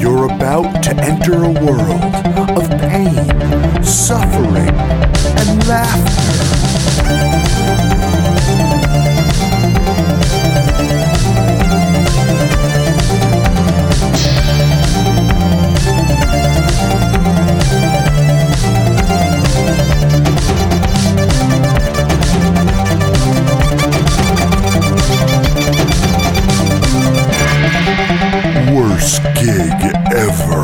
You're about to enter a world of pain, suffering, and laughter. Worst gig ever.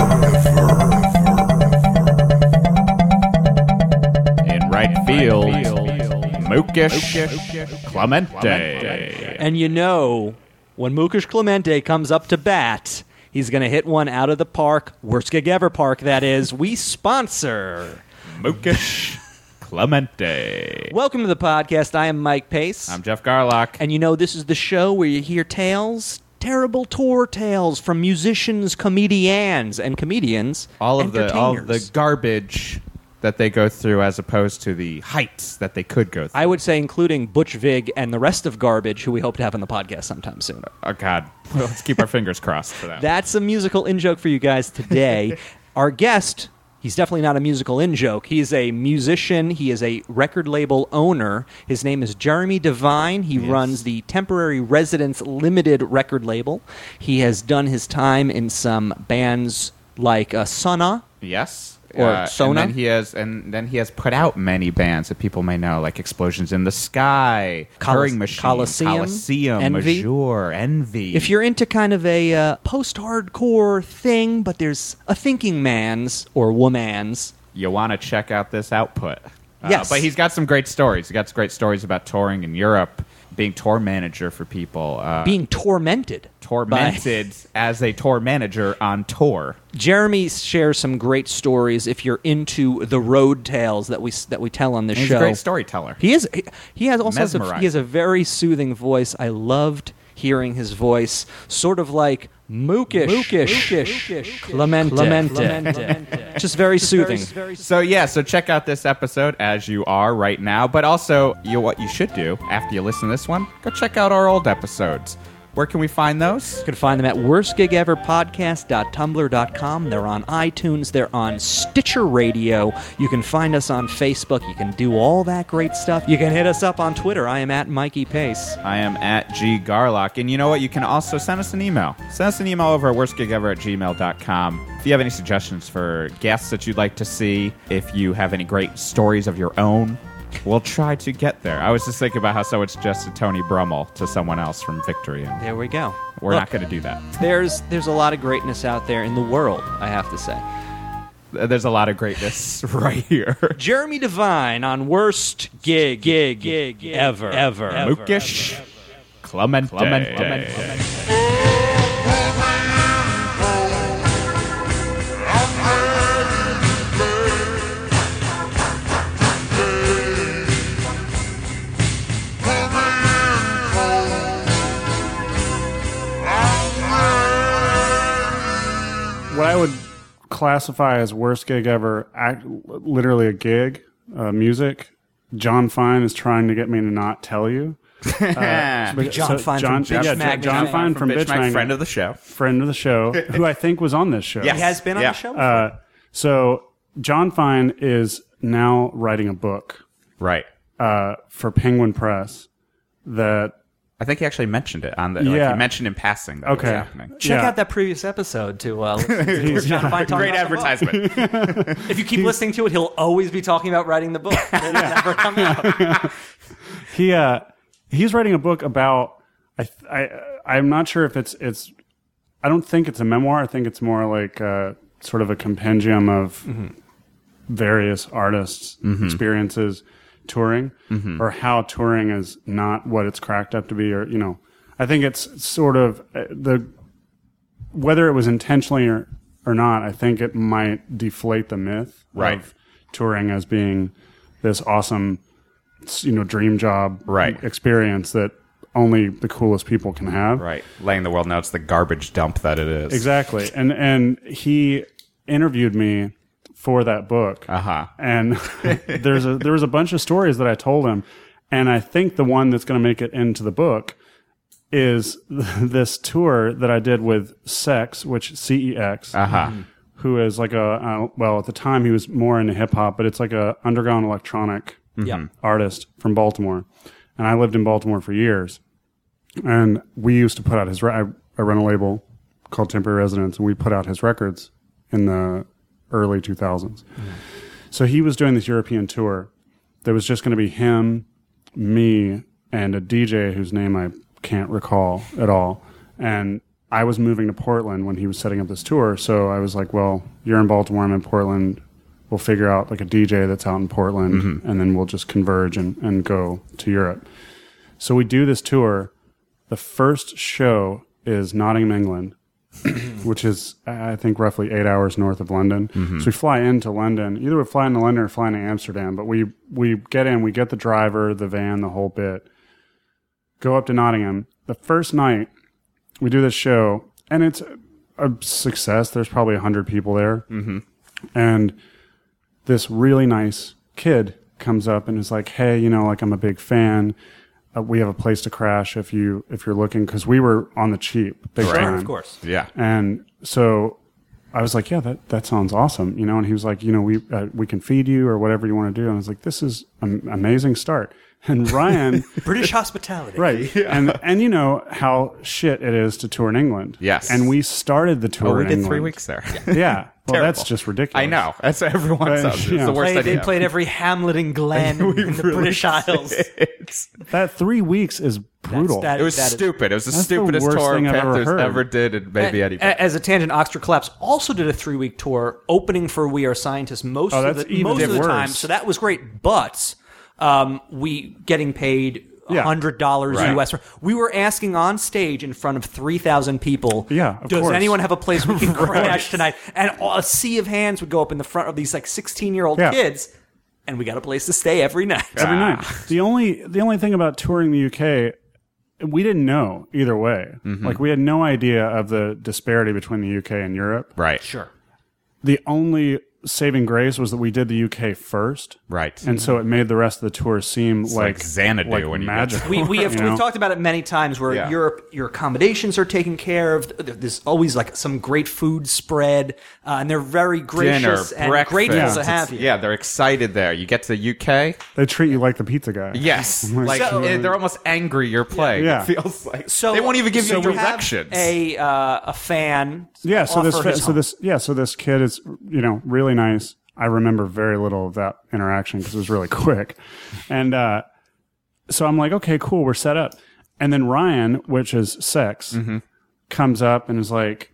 in right field, Mokish Clemente. And you know, when Mukesh Clemente comes up to bat, he's going to hit one out of the park. Worst gig ever park, that is. We sponsor. Mokish Clemente. Welcome to the podcast. I am Mike Pace. I'm Jeff Garlock. and you know, this is the show where you hear tales, terrible tour tales from musicians, comedians, and comedians. all of the all of the entertainers. garbage that they go through as opposed to the heights that they could go through. I would say, including Butch Vig and the rest of Garbage, who we hope to have on the podcast sometime soon. oh god. Let's keep our fingers crossed for that. That's a musical in joke for you guys today. Our guest, he's definitely not a musical in joke. He's a musician, he is a record label owner. His name is Jeremy Devine. He runs the Temporary Residence Limited record label. He has done his time in some bands like uh, Sona. yes. Uh, Or Sona? And then he has and then he has put out many bands that people may know, like Explosions in the Sky, Colise- Hurrying Machine, Coliseum, Coliseum, Envy. Azure, Envy. If you're into kind of a uh, post-hardcore thing, but there's a thinking man's or woman's you want to check out this output. Uh, Yes. but he's got some great stories. He got some great stories about touring in Europe, being tour manager for people, uh, being tormented, by- tormented as a tour manager on tour. Jeremy shares some great stories if you're into the road tales that we that we tell on this And he's show. a great storyteller. He is. He, he has also has a, Mesmerizing. he has a very soothing voice. I loved hearing his voice, sort of like Mookish, Clemente, Clemente. just very soothing. so yeah, so check out this episode as you are right now. But also, you what you should do after you listen to this one, go check out our old episodes. Where can we find those? You can find them at worstgigeverpodcast.tumblr.com. They're on iTunes. They're on Stitcher Radio. You can find us on Facebook. You can do all that great stuff. You can hit us up on Twitter. I am at Mikey Pace. I am at G Garlock. And you know what? You can also send us an email. Send us an email over at worstgigever at gmail.com. If you have any suggestions for guests that you'd like to see, if you have any great stories of your own, we'll try to get there. I was just thinking about how someone suggested Tony Brummel to someone else from Victory, and There we go. we're Look, not going to do that. There's there's a lot of greatness out there in the world. I have to say. There's a lot of greatness right here. Jeremy Devine on worst gig gig gig ever ever. Mookish Clemente. what I would classify as worst gig ever, act, literally a gig, uh, music. John Fine is trying to get me to not tell you. Uh, but- John Fine from Bitch yeah, Magnet. John Fine from, Bitch Magnet, friend of the show. friend of the show, who I think was on this show. Yes. He has been on Yeah. Uh, the show. So John Fine is now writing a book Right. uh, for Penguin Press that I think he actually mentioned it on the. Like Yeah. he mentioned in passing that it Okay. was happening. Check yeah. out that previous episode to uh, listen to John Fine talking Great about the book. advertisement. If you keep listening to it, he'll always be talking about writing the book. It'll never come out. he uh he's writing a book about I th- I I'm not sure if it's it's I don't think it's a memoir. I think it's more like uh sort of a compendium of various artists' experiences touring or how touring is not what it's cracked up to be or you know I think it's sort of uh, the whether it was intentionally or or not, I think it might deflate the myth Right. of touring as being this awesome you know dream job Right. experience that only the coolest people can have right. Letting the world know it's the garbage dump that it is. exactly and and he interviewed me for that book Uh-huh. and there's a there was a bunch of stories that I told him and I think the one that's going to make it into the book is this tour that I did with Sex, which C E X, Uh-huh. who is like a uh, well at the time he was more into hip hop, but it's like a underground electronic Yeah. artist from Baltimore, and I lived in Baltimore for years, and we used to put out his. Re- I, I run a label called Temporary Residence, and we put out his records in the early two thousands. So he was doing this European tour. There was just going to be him, me, and a DJ whose name I can't recall at all, and. I was moving to Portland when he was setting up this tour, so I was like, "Well, you're in Baltimore, I'm in Portland we'll figure out like a DJ that's out in Portland and then we'll just converge and, and go to Europe. So we do this tour. The first show is Nottingham, England, Mm-hmm. which is, I I think, roughly eight hours north of London. So we fly into London. Either we fly into London or fly into Amsterdam, but we, we get in, we get the driver, the van, the whole bit, go up to Nottingham. The first night, we do this show, and it's a success. There's probably 100 people there. Mm-hmm. And this really nice kid comes up and is like, "Hey, you know, like I'm a big fan. Uh, we have a place to crash if you if you're looking because we were on the cheap, big time, Of course. Yeah. and so I was like, yeah, that, that sounds awesome, you know. And he was like, you know, we uh, we can feed you or whatever you want to do. And I was like, this is an amazing start. And Ryan, British hospitality. right? And and you know how shit it is to tour in England. Yes. And we started the tour. Oh, we in did three England. weeks there. Yeah. Well, that's Terrible. just ridiculous. I know. That's what everyone Right, says. It's yeah. the worst Play, they idea. played every Hamlet and Glen in the British Isles. It's- That three weeks is brutal. that- it was is- stupid. It was the the stupidest worst tour thing I've ever Panthers heard. ever did, and maybe Eddie. A- As a tangent, Oxtra Collapse also did a three-week tour, opening for We Are Scientists most Oh, of that's the, even most of the worse. time. So that was great, but um, we getting paid Yeah. hundred dollars Right. US. We were asking on stage in front of three thousand people. Yeah, of does course. anyone have a place we can crash tonight? And a sea of hands would go up in the front of these like sixteen-year-old Yeah. kids, and we got a place to stay every night. every night. The only the only thing about touring the UK, we didn't know either way. Mm-hmm. Like we had no idea of the disparity between the UK and Europe. right. Sure. The only saving grace was that we did the UK first. Right. And so it made the rest of the tour seem like, like Xanadu like when you get magical, we, we have you know? we've talked about it many times where Yeah. Europe your accommodations are taken care of Th- there's always like some great food spread uh, and they're very Dinner, gracious and breakfast. grateful Yeah. to have you Yeah, they're excited there. You get to the UK. They treat you like the pizza guy. Yes, my like God. eh, they're almost angry you're playing. Yeah. It feels like so they won't even give so you we have directions. a uh, a fan Yeah, so this offer fa- his so home. this yeah, so this kid is you know really nice. I remember very little of that interaction because it was really quick. And uh so I'm like, okay, cool, we're set up. And then Ryan, which is sex, Mm-hmm. comes up and is like,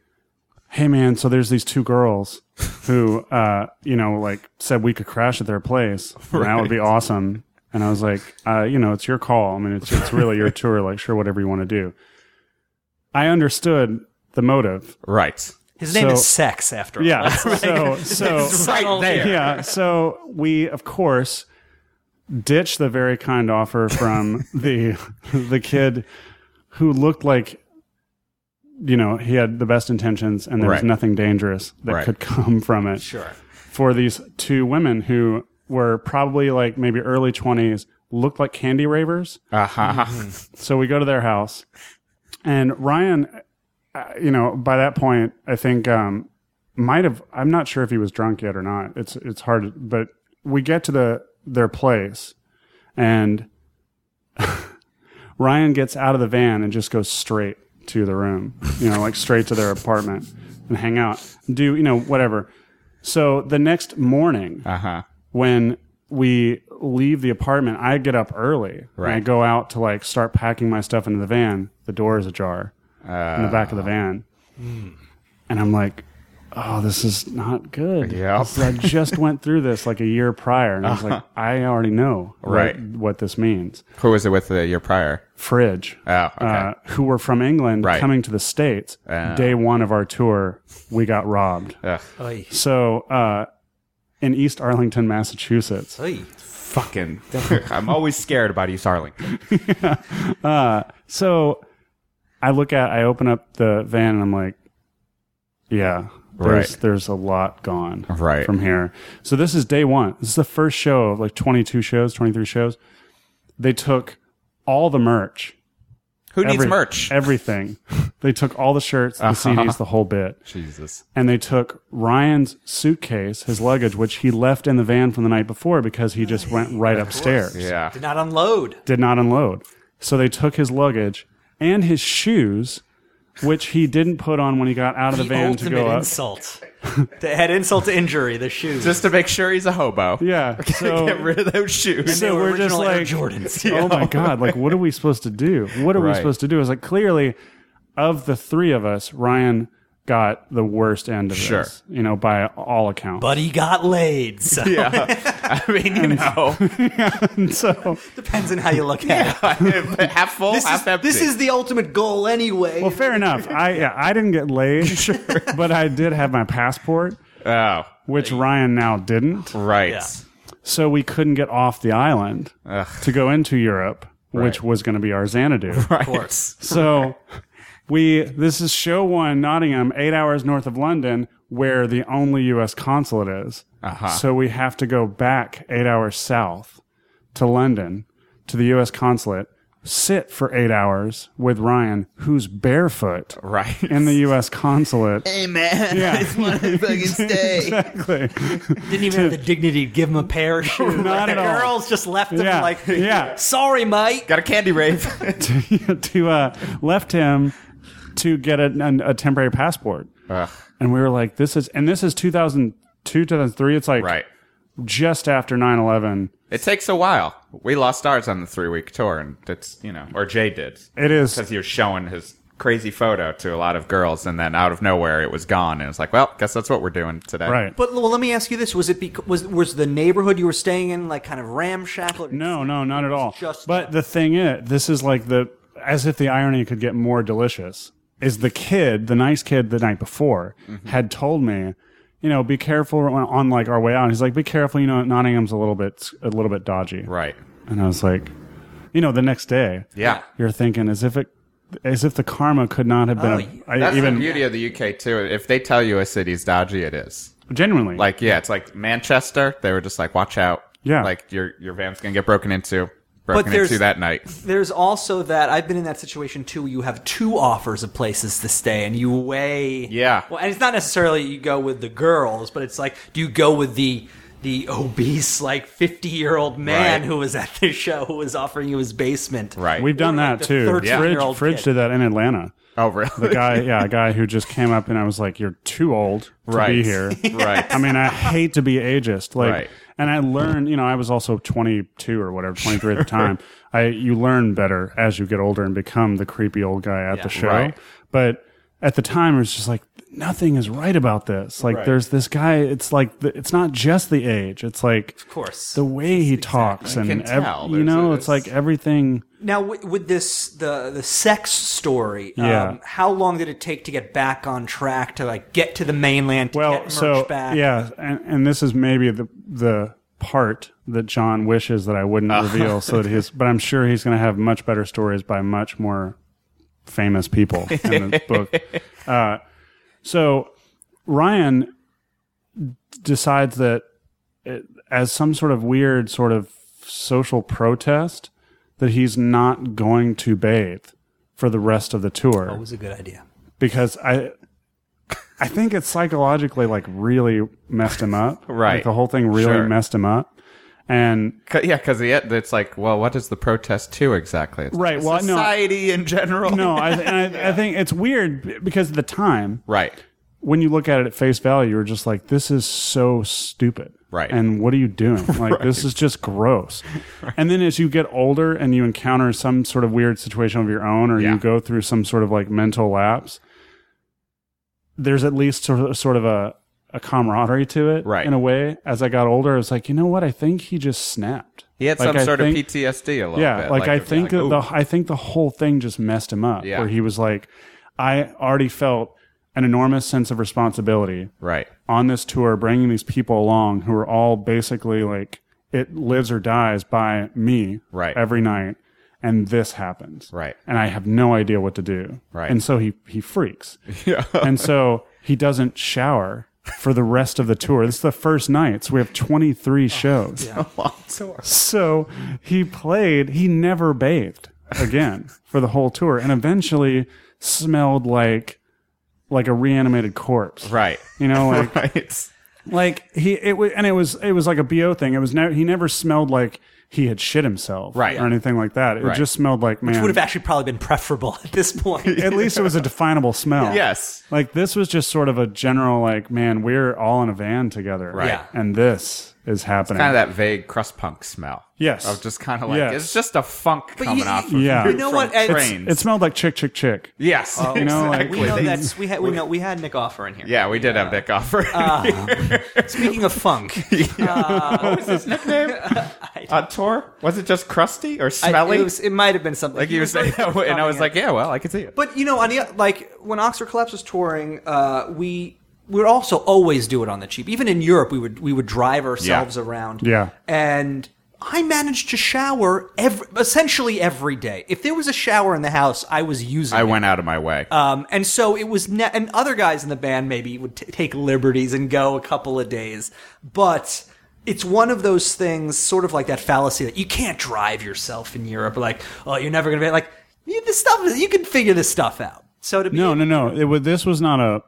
"Hey man, so there's these two girls who uh, you know, like said we could crash at their place. And that would be awesome." And I was like, uh, you know, it's your call. I mean, it's it's really your tour, like sure whatever you want to do. I understood the motive. right, his name is so- sex after all. Yeah. So so right there. yeah. So we of course ditched the very kind offer from the the kid who looked like you know he had the best intentions and there was Right. nothing dangerous that Right. could come from it. sure For these two women who were probably like maybe early twenties, looked like candy ravers. Uh huh. So we go to their house, and Ryan, uh, you know, by that point, I think um, might have. I'm not sure if he was drunk yet or not. It's it's hard, to- but we get to the their place, and Ryan gets out of the van and just goes straight to the room, you know, like straight to their apartment and hang out, do you know whatever. So the next morning, Uh huh. when we leave the apartment, I get up early. And I Right. go out to like start packing my stuff into the van. The door is ajar in the back of the van. And I'm like, oh, this is not good. Yeah. This is- I just went through this like a year prior. And I was like, I already know what- Uh-huh. Right. what this means. Who was it with the year prior? Fridge, Oh, okay. uh, who were from England Right. coming to the States. Oh. Day one of our tour, we got robbed. Ugh. Oy. So uh, in East Arlington, Massachusetts. Oy. Fucking. I'm always scared about East Arlington. So I look at, I open up the van and I'm like, yeah, there's, Right. there's a lot gone Right. from here. So this is day one. This is the first show of like 22 shows, 23 shows. They took all the merch Who needs merch? Uh-huh. Everything. They took all the shirts, the CDs, the whole bit. Jesus. and they took Ryan's suitcase, his luggage, which he left in the van from the night before because he just went right upstairs. Yeah. Did not unload. Did not unload. So they took his luggage and his shoes, which he didn't put on when he got out of the, The van to ultimate go up. insult. to add insult to injury, the shoes. Just to make sure he's a hobo. Yeah. So, Get rid of those shoes. so we're just Original Air like, Jordans. oh my God, like, what are we supposed to do? What are we Right. supposed to do? It's like, clearly, of the three of us, Ryan got the worst end of Sure. this, you know, by all accounts. But he got laid. So Yeah. I mean, you know, so, depends on how you look at it. half full, This half is, empty. this is the ultimate goal anyway. Well, fair enough. I yeah, I didn't get laid, but I did have my passport, oh, which Ryan now didn't. right. Yeah. So we couldn't get off the island to go into Europe, which Right. was going to be our Xanadu. Of course. So we this is show one, Nottingham, eight hours north of London, where the only U.S. consulate is. Uh-huh. So we have to go back eight hours south to London to the U.S. consulate. Sit for eight hours with Ryan, who's barefoot Right. in the U.S. consulate. Hey man, Yeah. I just want to fucking stay. Exactly. Didn't even have the dignity to give him a pair of shoes. Not the at all. girls just left him Yeah, like, yeah. sorry, mate. Got a candy rave. to uh, left him to get a, an- a temporary passport, and we were like, "This is," and this is 2002, 2003. It's like right. just after 9/11. It takes a while. We lost ours on the three week tour, and it's, you know, or Jay did. It is. Because he was showing his crazy photo to a lot of girls, and then out of nowhere, it was gone. And it's like, well, guess that's what we're doing today. Right. But well, let me ask you this: Was it bec- was was the neighborhood you were staying in like kind of ramshackle? No, no, not at all. just- but the thing is, this is like the as if the irony could get more delicious. Is the kid, the nice kid, the night before had told me, you know, be careful on, on like our way out. He's like, be careful, you know, Nottingham's a little bit a little bit dodgy. Right. And I was like, you know, the next day, Yeah. you're thinking as if it, as if the karma could not have been yeah. a, I- That's even the beauty of the UK, too. If they tell you a city's dodgy, it is. genuinely Like, yeah, it's like Manchester. They were just like, watch out. Yeah. Like, your, your van's going to get broken into. Broken there's- into that night. There's also that I've been in that situation too. where You have two offers of places to stay, and you weigh. Yeah. Well, and it's not necessarily you go with the girls, but it's like, do you go with the the obese like 50 year old man Right. who was at the show who was offering you his basement? Right. we've done Or like that the too. 13-year-old Fridge, fridge kid. did that in Atlanta. oh, really? The guy, yeah, a guy who just came up and I was like, "You're too old to Right. be here." Right. I mean, I hate to be ageist, like, Right. and I learned, you know, I was also 22 or whatever, 23 at the time. I you learn better as you get older and become the creepy old guy at the show. Right. But at the time, it was just like nothing is right about this. Like, there's this guy. It's like the, it's not just the age. It's like Of course. the way he talks I can and ev- tell. you There's know, a- it's like everything. Now, with, with this the the sex story, Yeah. um, how long did it take to get back on track to like get to the mainland? To well get merch so back? yeah and, and this is maybe the the part that john wishes that i wouldn't reveal so that his but i'm sure he's going to have much better stories by much more famous people in the book uh, so ryan decides that it, as some sort of weird sort of social protest that he's not going to bathe for the rest of the tour Oh, that was a good idea. because I I think it's psychologically like really messed him up. Right. Like the whole thing really Sure. messed him up. And 'Cause- yeah, because it's like, well, what is the protest to exactly? It's Right, like well, no. society in general. no, I, and I, I think it's weird b- because at the time, Right. when you look at it at face value, you're just like, this is so stupid. Right. And what are you doing? Like, this is just gross. And then as you get older and you encounter some sort of weird situation of your own, or Yeah. you go through some sort of like mental lapse, there's at least sort of, sort of a, a camaraderie to it. Right. In a way, as I got older, I was like, you know what? I think he just snapped. He had Like, some I sort think- of PTSD a little yeah, bit. like, I it was think that ooh, the I think the whole thing just messed him up. Yeah. Where he was like, I already felt an enormous sense of responsibility right. on this tour, bringing these people along who are all basically like it lives or dies by me Right. every night, and this happens Right. and I have no idea what to do Right. and so he he freaks yeah and so he doesn't shower for the rest of the tour. This is the first night, so we have twenty three shows. Long tour. So he played. He never bathed again for the whole tour, and eventually smelled like like a reanimated corpse. Right. You know, like Right. like he it was and it was it was like a bo thing. It was no he never smelled like he had shit himself Right. or anything like that. It Right. just smelled like man. Would have actually probably been preferable at this point. at least it was a definable smell. Yes. Like this was just sort of a general like, man, we're all in a van together. Right. Yeah. And this is happening. Kind of that vague crust punk smell. Yes. Of just kind of like Yes. it's just a funk coming you- off. Of Yeah. You know from what? It's- Trains. it smelled like chick chick chick. yes. you know, like- exactly. We know They- that's we had we know we had Nick Offer in here. yeah, we did have Dick Offer. Uh, Speaking of funk, what was his nickname on tour? Was it just crusty or I- smelly? it, was- it might have been something like you were was saying, really and I was funny. like, yeah, well, I could see it. But you know, on the, like when Oxford Collapse was touring, uh, we we would also always do it on the cheap. Even in Europe, we would we would drive ourselves Yeah. around. Yeah. and. I managed to shower every, essentially every day. If there was a shower in the house, I was using. I it. went out of my way. Um, and so it was, ne- and other guys in the band maybe would t- take liberties and go a couple of days, but it's one of those things, sort of like that fallacy that you can't drive yourself in Europe. Like, oh, you're never gonna be like you- this stuff. is- You can figure this stuff out. So to be, No, no, no. It was, this was not a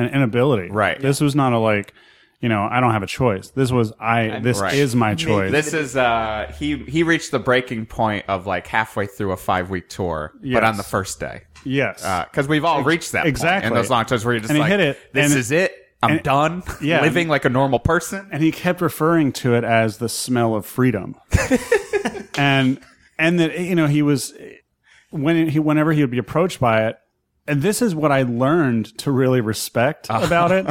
an inability. Right. This was not a like, you know, I don't have a choice. This was I this Right. is my choice. this is uh he he reached the breaking point of like halfway through a five week tour, but on the first day. yes. because Uh, we've all reached that point exactly. in those long times where you're just And he like, hit it, this and- is it. I'm and- done yeah. living like a normal person. and he kept referring to it as the smell of freedom and and that you know he was when he whenever he would be approached by it and this is what i learned to really respect Ah. about it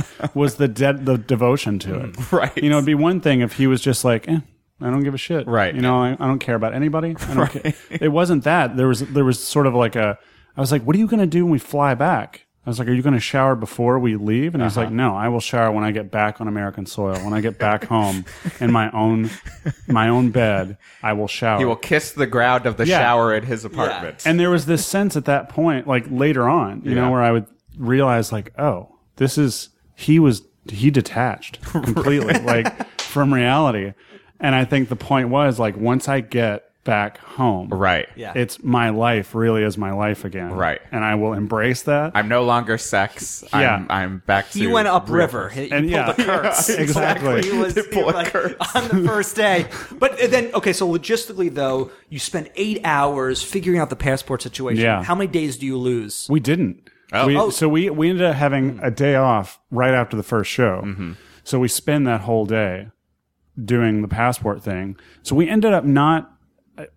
was the de- the devotion to it Right. you know it'd be one thing if he was just like eh, I don't give a shit. Right. You know, I, I don't care about anybody. I don't care. It wasn't that. There was there was sort of like a I was like, What are you gonna do when we fly back? I was like, Are you gonna shower before we leave? And he was Uh-huh. like, No, I will shower when I get back on American soil. When I get back home in my own my own bed, I will shower. He will kiss the ground of the Yeah. shower at his apartment. and there was this sense at that point, like later on, you Yeah. know, where I would realize like, oh, this is he was he detached completely, like from reality. And I think the point was like once I get back home, right. Yeah. It's my life really is my life again. Right. And I will embrace that. I'm no longer sex. I'm, Yeah. I'm back to. he went upriver. He, he And pulled yeah. the curse. Yeah, exactly. He was, He he pulled was a like, curse. on the first day. But then, okay, so logistically though, you spend eight hours figuring out the passport situation. Yeah. How many days do you lose? We didn't. We- Oh. Hmm. So we, we ended up having a day off right after the first show. Mm-hmm. So we spend that whole day doing the passport thing. So we ended up not,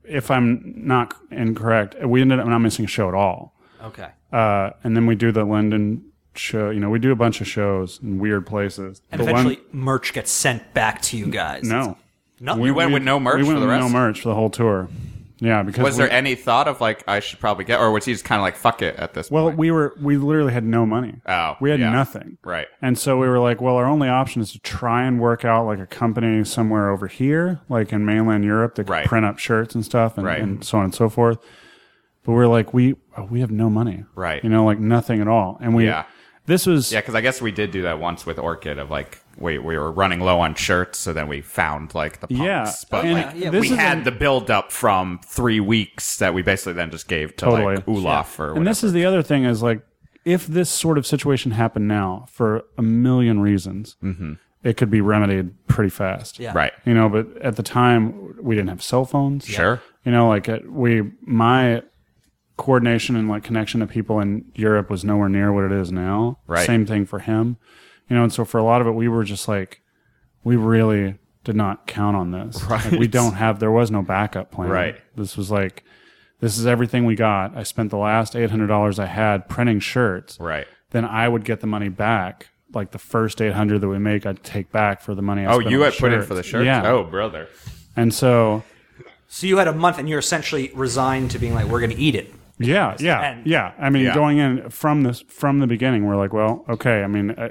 if I'm not incorrect, we ended up not missing a show at all. Okay. Uh, and then we do the London show. You know, we do a bunch of shows in weird places. And The one- eventually, merch gets sent back to you guys. no. no. Oh, You went with no merch We went for the with rest. no merch for the whole tour. Yeah, because Was we- there any thought of like I should probably get, or was he just kind of like fuck it at this Well, point? we were we literally had no money. Oh, we had yeah. nothing. Right. And so we were like, well, our only option is to try and work out like a company somewhere over here, like in mainland Europe, that could Right. print up shirts and stuff, and, Right. and so on and so forth. But we are like, we oh, we have no money. Right. You know, like nothing at all. And we Yeah. this was Yeah, because I guess we did do that once with Orchid of like we, we were running low on shirts, so then we found like the punks. Yeah, but and like yeah, this we is had an- the build up from three weeks that we basically then just gave to like Totally. Olaf or And this is the other thing is like, if this sort of situation happened now for a million reasons, Mm-hmm. it could be remedied pretty fast. Yeah. Right. You know, but at the time we didn't have cell phones. Sure. You know, like it, we, my coordination and like connection to people in Europe was nowhere near what it is now. Right. Same thing for him. You know, and so for a lot of it, we were just like, we really did not count on this. Like, we Right. don't have. There was no backup plan. Right. This was like, this is everything we got. I spent the last eight hundred dollars I had printing shirts. Right. Then I would get the money back. Like the first eight hundred that we make, I'd take back for the money. I Oh, spent you on had put in shirts. for the shirts? Yeah. Oh, brother. And so So you had a month, and you're essentially resigned to being like, "We're going to eat it." Yeah, yeah, end. yeah. I mean, Yeah. going in from this from the beginning, we're like, well, okay. I mean, I,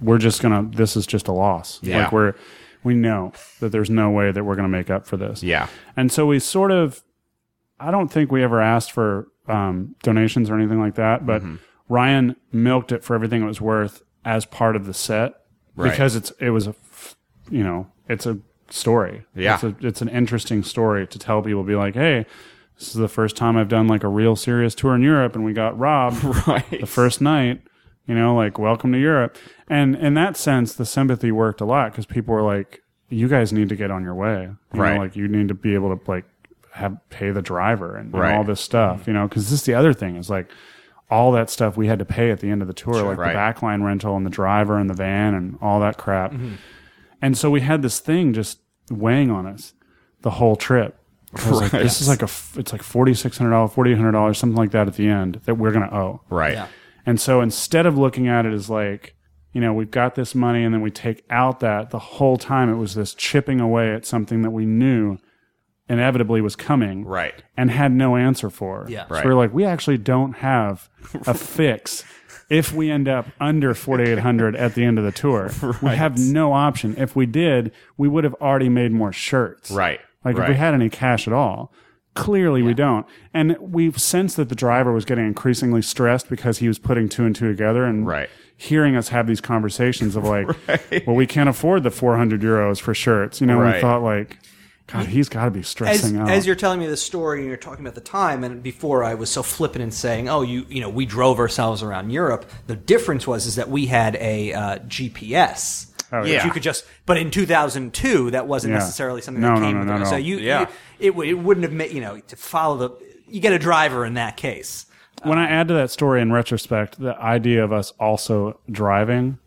we're just gonna. This is just a loss. Yeah. Like we're we know that there's no way that we're gonna make up for this. Yeah. And so we sort of, I don't think we ever asked for um, donations or anything like that, but Mm-hmm. Ryan milked it for everything it was worth as part of the set Right. because it's it was a, f- you know, it's a story. Yeah. It's, a, it's an interesting story to tell people. Be like, hey, This is the first time I've done like a real serious tour in Europe, and we got robbed Right. the first night. You know, like welcome to Europe. And in that sense, the sympathy worked a lot because people were like, "You guys need to get on your way. You Right. Know, like you need to be able to like have pay the driver and, and Right. all this Mm-hmm. stuff. You know, because this is the other thing is like all that stuff we had to pay at the end of the tour, like Right. the backline rental and the driver and the van and all that crap. Mm-hmm. And so we had this thing just weighing on us the whole trip. I was like, this is like a, f- it's like forty six hundred dollars, forty eight hundred dollars, something like that at the end that we're gonna owe. Right. And so instead of looking at it as like, you know, we've got this money and then we take out that the whole time it was this chipping away at something that we knew inevitably was coming. Right. And had no answer for. Yeah. So Right. we're like, we actually don't have a fix if we end up under 4,800 at the end of the tour. We have no option. If we did, we would have already made more shirts. Right. Like if Right. we had any cash at all. Clearly, we don't. And we've sensed that the driver was getting increasingly stressed because he was putting two and two together and Right. hearing us have these conversations of like, well, we can't afford the 400 euros for shirts. You know, Right. we thought like, God, he's got to be As, stressing out. as you're telling me this story and you're talking about the time and before I was so flippant in saying, "Oh, you you know, we drove ourselves around Europe." The difference was is that we had a uh, GPS. that yeah. You could just, but in 2002, that wasn't Oh, Yeah. necessarily something No, that no, came no, with no, it. no. So you, Yeah. you- it, w- it wouldn't have made, you know, to follow the, you get a driver in that case. when I add to that story in retrospect, the idea of us also driving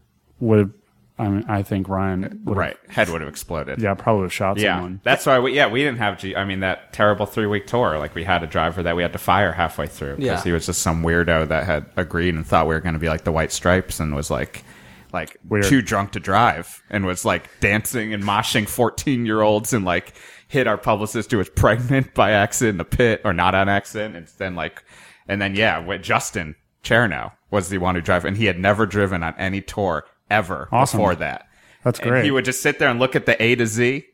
would, I mean, I think Ryan would, Right. Head would have exploded. yeah, probably have shot Yeah. someone. That's why we yeah, we didn't have G I mean that terrible 3-week tour like we had a driver that we had to fire halfway through because Yeah. he was just some weirdo that had agreed and thought we were going to be like the white stripes and was like like Weird. too drunk to drive and was like dancing and moshing 14-year-olds and like hit our publicist who was pregnant by accident in the pit or not on accident and then like and then yeah, with Justin Chernow was the one who drove and he had never driven on any tour ever Awesome. before that. That's And great. he would just sit there and look at the A to Z.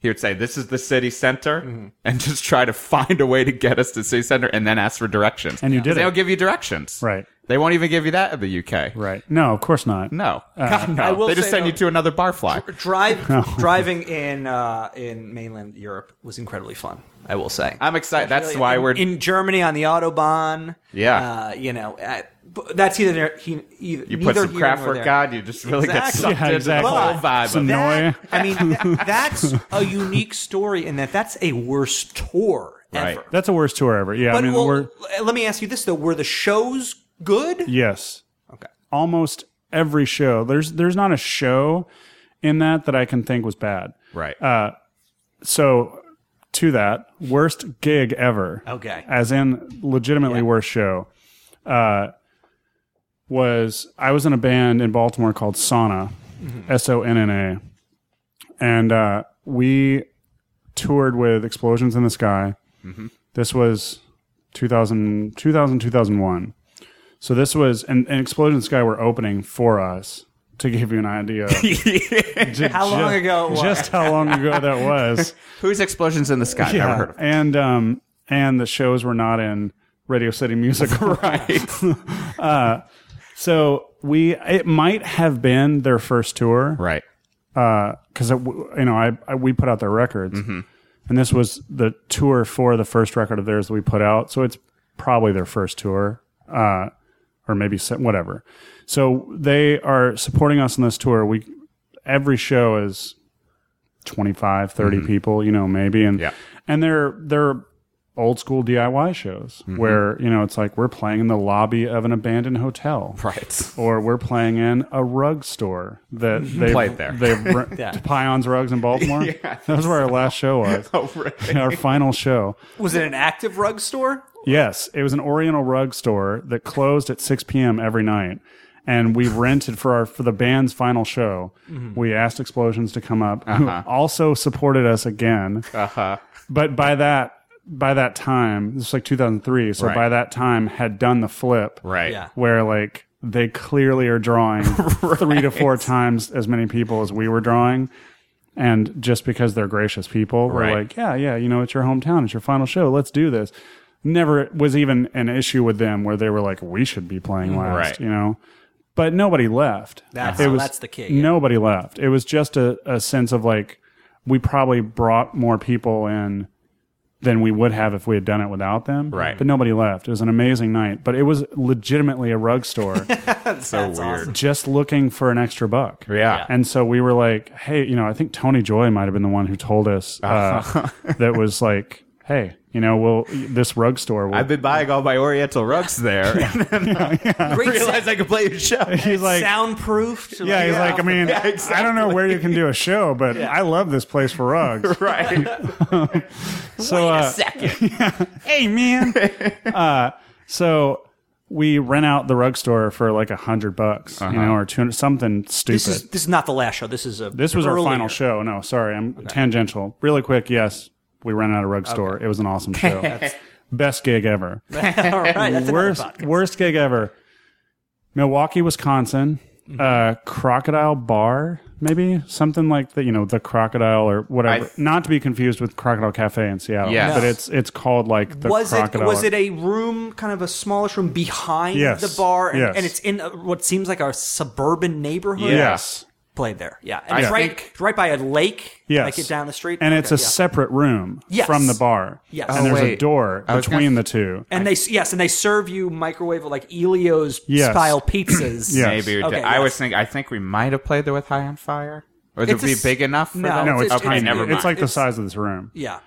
He would say, "This is the city center," Mm-hmm. and just try to find a way to get us to city center, and then ask for directions. And you Because did They'll it. give you directions. Right. They won't even give you that in the UK. Right. Uh, No, of course not. No. God, no. I will they just say, send though- you to another barfly. Drive, driving in uh, in mainland Europe was incredibly fun. I will say. I'm excited. That's Really, why in- we're in Germany on the autobahn. Yeah. uh, you know, uh, but that's either there- he, either you put neither some here craft nor work there. God. You just really get Exactly. sucked Yeah, into exactly. the whole vibe. Some of it. Noi. That, I mean, that- that's a unique story in that that's a worse tour Right. ever. That's the worst tour ever. Yeah. I But mean, well, we're, l- let me ask you this though: Were the shows good? Yes. Okay. Almost every show. There's there's not a show in that that I can think was bad. Right. uh, So to that worst gig ever. Okay. As in legitimately worst show. Uh, was I was in a band in Baltimore called Sauna, Mm-hmm. S O N N A, and uh, we toured with Explosions in the Sky. Mm-hmm. This was 2000, 2000 2001. So this was, and, and Explosion in the Sky were opening for us to give you an idea. How long ago it was. Just how long ago that was. Who's explosions in the sky? Never heard of. it. And um, and the shows were not in Radio City Music, right? uh, so we it might have been their first tour, Right. because you know I, I we put out their records, Mm-hmm. and this was the tour for the first record of theirs that we put out. So it's probably their first tour, uh, or maybe se- whatever. So they are supporting us in this tour. We every show is 25, 30 people, you know, maybe, and Mm-hmm. Yeah. and they're they're old school DIY shows Mm-hmm. where you know it's like we're playing in the lobby of an abandoned hotel, Right. Mm-hmm. or we're playing in a rug store that they Played there. They've r- Pion's Rugs in Baltimore. That was where our last show was. Oh, Our final show. Was it an active rug store? Yes, it was an Oriental rug store that closed at 6 p.m. every night. And we rented for our for the band's final show. Mm-hmm. We asked Explosions to come up, who also supported us again. Uh-huh. But by that by that time, this was like 2003. So Right. by that time, had done the flip Right. Yeah. where like they clearly are drawing three to four times as many people as we were drawing. And just because they're gracious people, we're Right. like, yeah, yeah, you know, it's your hometown, it's your final show, let's do this. Never was even an issue with them where they were like, we should be playing last, Mm, Right. you know. But nobody left. That's- It oh, was- that's the key, yeah. Nobody left. It was just a, a sense of like, we probably brought more people in than we would have if we had done it without them. Right. But nobody left. It was an amazing night. But it was legitimately a rug store so weird. just looking for an extra buck. Yeah. And so we were like, hey, you know, I think Tony Joy might have been the one who told us Uh-huh. uh, that was like, hey, you know, we'll this rug store. Will, I've been buying all my Oriental rugs there. and then Great I realized I could play your show. he's like, soundproofed. yeah, he's like, I mean, exactly. I don't know where you can do a show, but I love this place for rugs. right. so, Wait uh, a second. hey, man. uh, so we rent out the rug store for like a hundred bucks, you Uh-huh. know, or two hundred something stupid. This is this is not the last show. This is a This was earlier. our final show. No, sorry, I'm tangential. Really quick, yes, we ran out of rug store. It was an awesome show. Best gig ever. All right, that's another worst podcast. worst gig ever. Milwaukee, Wisconsin. Mm-hmm. Uh, crocodile Bar, maybe something like the you know the Crocodile or whatever. I- Not to be confused with Crocodile Cafe in Seattle. Yes. but it's it's called like the was it Crocodile. was it a room, kind of a smallish room behind Yes. the bar, and, Yes. and it's in a, what seems like a suburban neighborhood. yes. played there. Yeah, and it's I right think- it's right by a lake. Yes. like it down the street, And it's a Okay, yeah. separate room Yes. from the bar. Yes. And Oh, there's a wait. door I was between gonna- the two. and they yes, and they serve you microwave like Elio's Yes. style pizzas. Yes. Maybe we Okay, did. I was yes. thinking. I think we might have played there with High on Fire. Or It's would it a be s- big enough? For no, that? No, Oh, It's- it's, it's okay. tiny. never mind. It's like the size of this room. yeah.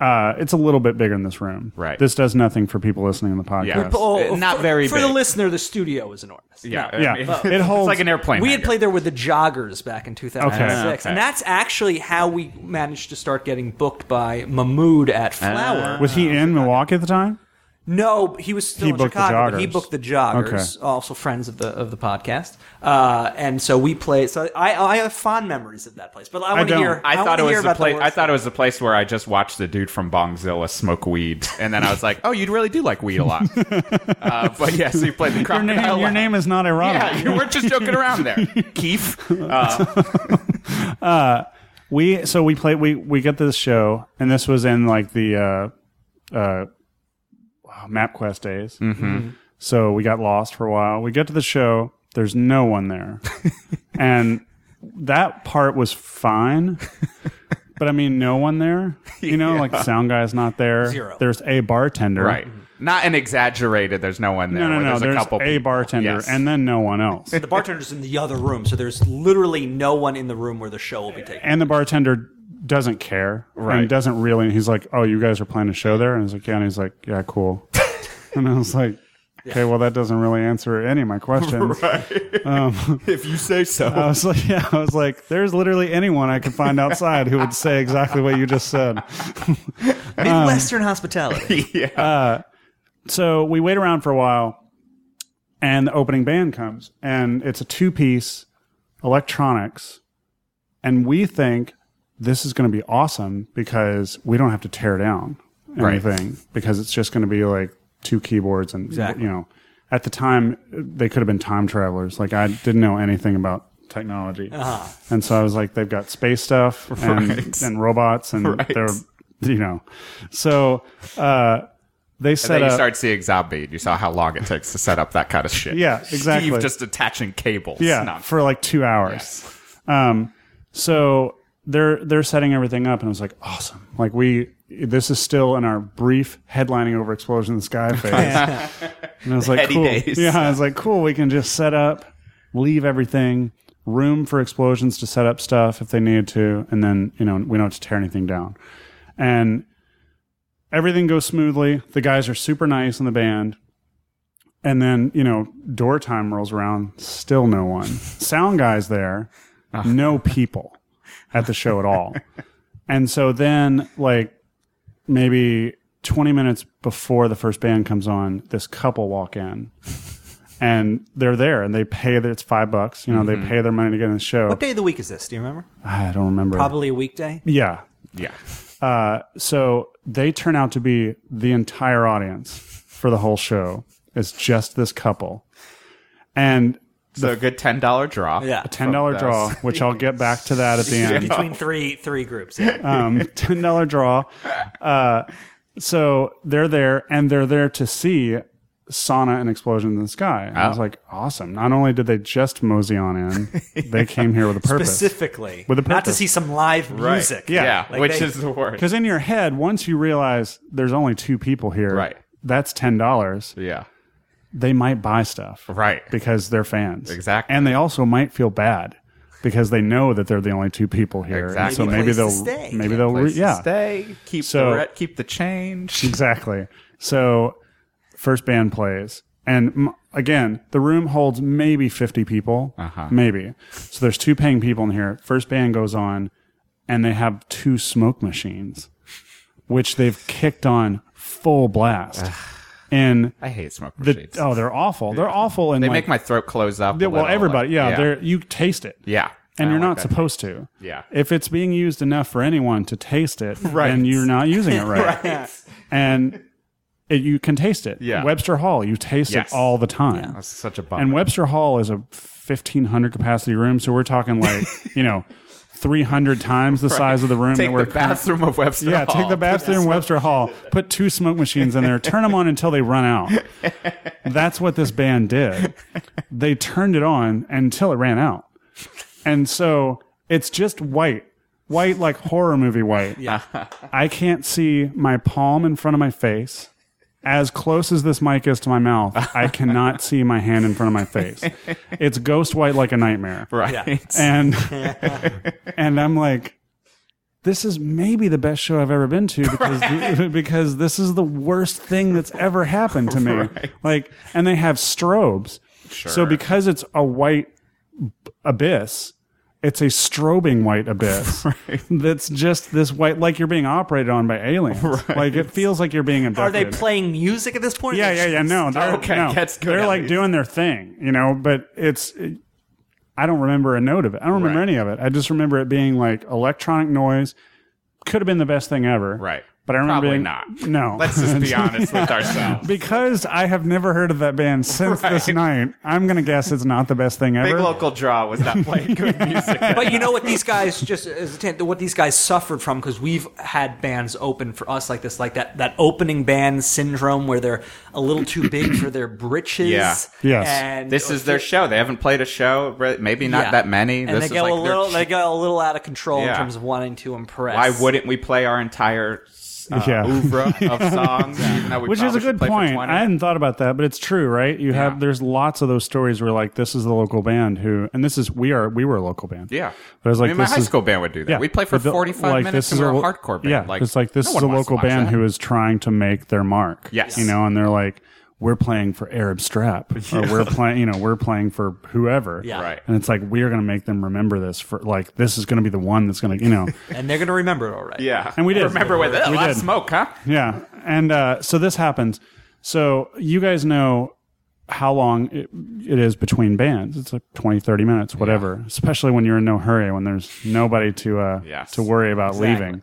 Uh, it's a little bit bigger than this room. Right. This does nothing for people listening to the podcast. Yeah. But, oh, Uh, not for, very for the big. listener. The studio is enormous. yeah, Yeah. I mean, It It's holds- like an airplane. We had hangar. played there with the Joggers back in 2006, Okay. Okay. and that's actually how we managed to start getting booked by Mahmood at Ah. Flower. Was he in Milwaukee at the time? No, he was still He in booked the Chicago. but he Joggers. booked the Joggers, Okay. also friends of the of the podcast. Uh, and so we played. So I I have fond memories of that place. But I want to don't. hear. I thought wanna it hear was the about place. worst I thought it was the place where I just watched the dude from Bongzilla smoke weed, and then I was like, "Oh, you really do like weed a lot." uh, but yes, you played the Your crocodile. name, your Lounge. name is not ironic. Yeah, you were just joking around there, Keith. Uh, We so we play we we get this show, and this was in like the uh, uh, wow, MapQuest days. Mm-hmm. So we got lost for a while. We get to the show. There's no one there, and that part was fine. But I mean, no one there. You know, like the sound guy's not there. Zero. There's a bartender. right, not an exaggerated. There's no one there. No, no, where no. There's, There's a couple. people. bartender, Yes. and then no one else. The bartender's in the other room, so there's literally no one in the room where the show will be taken. and the bartender doesn't care Right. and doesn't really he's like oh you guys are playing a show there and he's like yeah and he's like yeah cool and i was like okay well that doesn't really answer any of my questions if you say so. i was like yeah i was like there's literally anyone i could find outside who would say exactly what you just said um, Midwestern hospitality. so we wait around for a while and the opening band comes and it's a two piece electronics and we think this is going to be awesome because we don't have to tear down Right. anything because it's just going to be like two keyboards and you know at the time they could have been time travelers like i didn't know anything about technology and so i was like they've got space stuff and, Uh-huh. Right. and robots and Right. they're you know so uh, they and set then you up start seeing zombie. and You saw how long it takes to set up that kind of shit. Yeah, exactly. Steve just attaching cables. yeah No. for like two hours um so they're they're setting everything up and i was like awesome like we this is still in our brief headlining over explosion in the sky phase and i was like heady cool days. yeah i was like cool we can just set up leave everything room for explosions to set up stuff if they needed to and then you know we don't have to tear anything down and everything goes smoothly the guys are super nice in the band and then, you know, door time rolls around, still no one. Sound guy's there, no people at the show at all. and so then, like, maybe 20 minutes before the first band comes on, this couple walk in and they're there and they pay their, it's five bucks, you know, they pay their money to get in the show. What day of the week is this? Do you remember? I don't remember. Probably a weekday. Yeah. yeah. Uh, so they turn out to be the entire audience for the whole show. It's just this couple. And So a good ten dollar draw. Yeah, ten dollar Fuck draw, which I'll get back to that at the end. between three three groups. Yeah. Um, ten dollar draw. Uh, so they're there, and they're there to see sauna and explosion in the sky. And I was Oh. like, awesome. Not only did they just mosey on in, they came here with a purpose. specifically With a not to purpose. see some live music. Yeah, Like which they- is the worst. Because in your head, once you realize there's only two people here, Right. That's ten dollars. Yeah. They might buy stuff, Right. Because they're fans, Exactly. And they also might feel bad because they know that they're the only two people here. and Exactly. So Maybe maybe place to they'll, stay. maybe they'll, re- Place to yeah, Stay. Keep So- the re- keep the change. exactly. So first band plays, and m- again, the room holds maybe fifty people, uh-huh. maybe. So there's two paying people in here. First band goes on, and they have two smoke machines, which they've kicked on full blast. and I hate smoke the, machines. oh, they're awful. They're awful. And they like, make my throat close up. a yeah, well, little, everybody, like- yeah, they're you taste it. Yeah. And I you're don't not like that. supposed to. Yeah. If it's being used enough for anyone to taste it, Right. then you're not using it right. And it, you can taste it. Yeah. Webster Hall, you taste Yes. it all the time. That's such a bummer. And Webster Hall is a 1500 capacity room, so we're talking like, you know, 300 times the size of the room take that we're the bathroom of Webster. yeah, Hall. take the bathroom in Webster Hall, put two smoke machines in there, turn them on until they run out. That's what this band did. They turned it on until it ran out. And so it's just white, white like horror movie white. Yeah. I can't see my palm in front of my face. As close as this mic is to my mouth, I cannot see my hand in front of my face. It's ghost white like a nightmare Right. and and I'm like, this is maybe the best show I've ever been to because because this is the worst thing that's ever happened to me. Like, and they have strobes, so because it's a white b- abyss. It's a strobing white abyss that's just this white, like you're being operated on by aliens. Like it feels like you're being Are abducted. they playing music at this point? Yeah, yeah, yeah. No, they're, Okay, no. that's good They're at like least. doing their thing, you know. But it's, I don't remember a note of it. I don't remember Right. any of it. I just remember it being like electronic noise. Could have been the best thing ever, Right. But I remember Probably being- not. No, Let's just be honest with ourselves. because I have never heard of that band since this night. I'm gonna guess it's not the best thing Big ever. local draw was not playing good music. But But you know what these guys just as a tent- what these guys suffered from because we've had bands open for us like this, like that that opening band syndrome where they're a little too big for their britches. Yeah. Yes. And This is their show. They haven't played a show, re- maybe not Yeah. that many. And this they is go like a their little ch- they go a little out of control in Yeah. terms of wanting to impress. Why wouldn't we play our entire uh, Yeah. oeuvre of songs? even though we Which is probably a should good play for point. 20? I hadn't thought about that, but it's true, right? You Yeah. have there's lots of those stories where like this is the local band who, and this is we are we were a local band. Yeah. but I was I like mean, my this high is- school band would do that. Yeah, We'd play for but the- 45 like, minutes this and is we were a lo- hardcore band. Yeah, like, it's like this no is one a wants to local watch band that. who is trying to make their mark. Yes. you know, and they're like, we're playing for Arab Strap, or we're playing, you know, we're playing for whoever. Yeah. Right. And it's like we're gonna make them remember this for like this is gonna be the one that's gonna you know And they're gonna remember it already. Yeah. And we did. Remember with it. We Lot of did. smoke, huh? yeah and uh, so this happens so you guys know how long it, it is between bands it's like 20 30 minutes whatever especially when you're in no hurry when there's nobody to uh Yes. to worry about leaving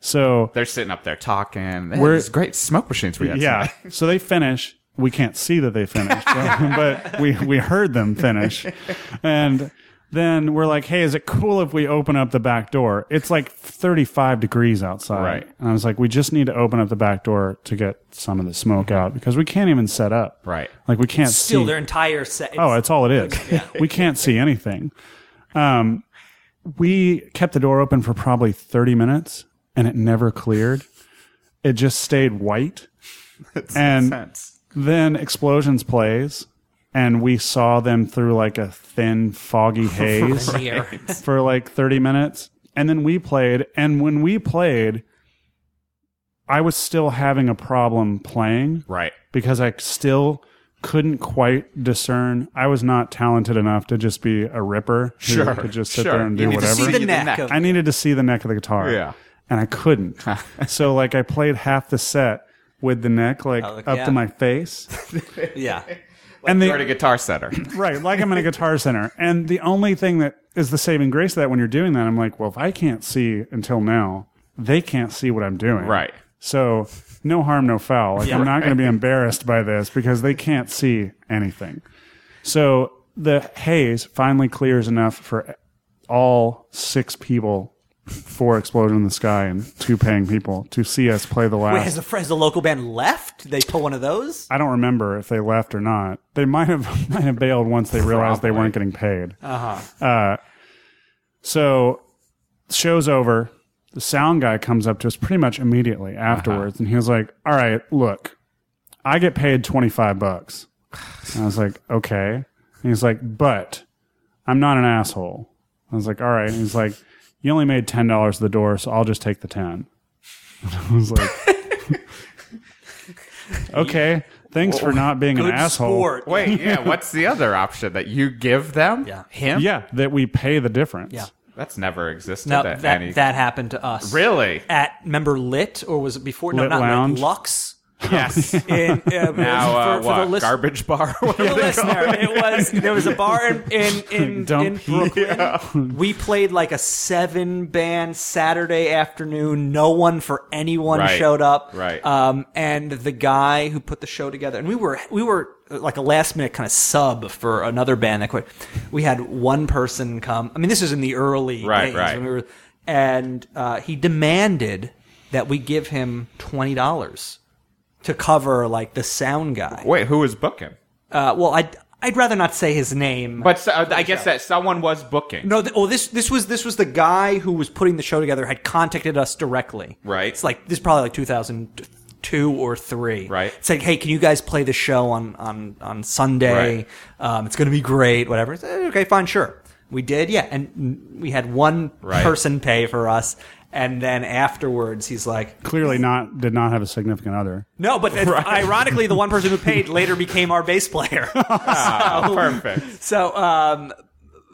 so They're sitting up there talking. Hey, We're- these great smoke machines we had. yeah tonight. so they finish we can't see that they finished but, but we we heard them finish and then we're like hey is it cool if we open up the back door it's like 35 degrees outside Right. and i was like we just need to open up the back door to get some of the smoke out because we can't even set up Right. like we can't Still see their entire set. Oh, that's all it is. We can't see anything. Um, we kept the door open for probably 30 minutes and it never cleared. It just stayed white. and sense. then Explosions plays and we saw them through like a thin, foggy haze Here. for like 30 minutes. And then we played. And when we played, I was still having a problem playing Right. because I still couldn't quite discern. I was not talented enough to just be a ripper who Sure. could just sit sure. there and do You need to whatever. see the The neck neck. of- I needed to see the neck of the guitar. Yeah. And I couldn't. so like I played half the set with the neck like Oh, up yeah. to my face. yeah. and You're at a guitar setter. right, like I'm in a guitar center. And the only thing that is the saving grace of that when you're doing that, I'm like, well, if I can't see until now, they can't see what I'm doing. Right. So no harm, no foul. Like I'm not going to be embarrassed by this because they can't see anything. So the haze finally clears enough for all six people, four explosion in the sky and two paying people to see us play the last. Wait, has the, has the local band left? left? Did they pull one of those? I don't remember if they left or not. They might have might have bailed once they realized they weren't getting paid. Uh-huh. So show's over. The sound guy comes up to us pretty much immediately Uh-huh. afterwards, and he was like, "All right, look, I get paid twenty five bucks." And I was like, "Okay." And he's like, "But I'm not an asshole." I was like, "All right." And he's like, "You only made ten dollars at the door, so I'll just take the 10. I was like, "Okay." Thanks for not being an Good asshole. sport. Wait, yeah. What's the other option that you give them? Yeah. him. Yeah, that we pay the difference. Yeah. that's never existed. No, at that, any... that happened to us. really? At remember Lit or was it before? No, Lit not Lounge. Lit, Lux. Yes. In, now, uh, for, uh, for what? the list- garbage bar. What the are they listener, called? it was there was a bar in in in, Dump in heat. Brooklyn. We played like a seven band Saturday afternoon. No one for anyone Right. showed up. Right. Um, and the guy who put the show together, and we were we were uh, like a last minute kind of sub for another band that quit. We had one person come. I mean, this was in the early Right, days right. when we were, and uh, he demanded that we give him twenty dollars to cover like the sound guy. Wait, who was booking? Uh, well, I'd I'd rather not say his name. But so, uh, I guess that someone was booking. no, th- oh, this this was this was the guy who was putting the show together had contacted us directly. Right. It's like this is probably like 2002 or three. Right. Saying, hey, can you guys play the show on on on Sunday? Right. Um, it's going to be great. Whatever. I said, okay, fine, sure. We did, yeah, and mm, we had one Right. person pay for us, and then afterwards, he's like, Clearly not did not have a significant other. "No," but then ironically, the one person who paid later became our bass player. Ah, perfect. So, um,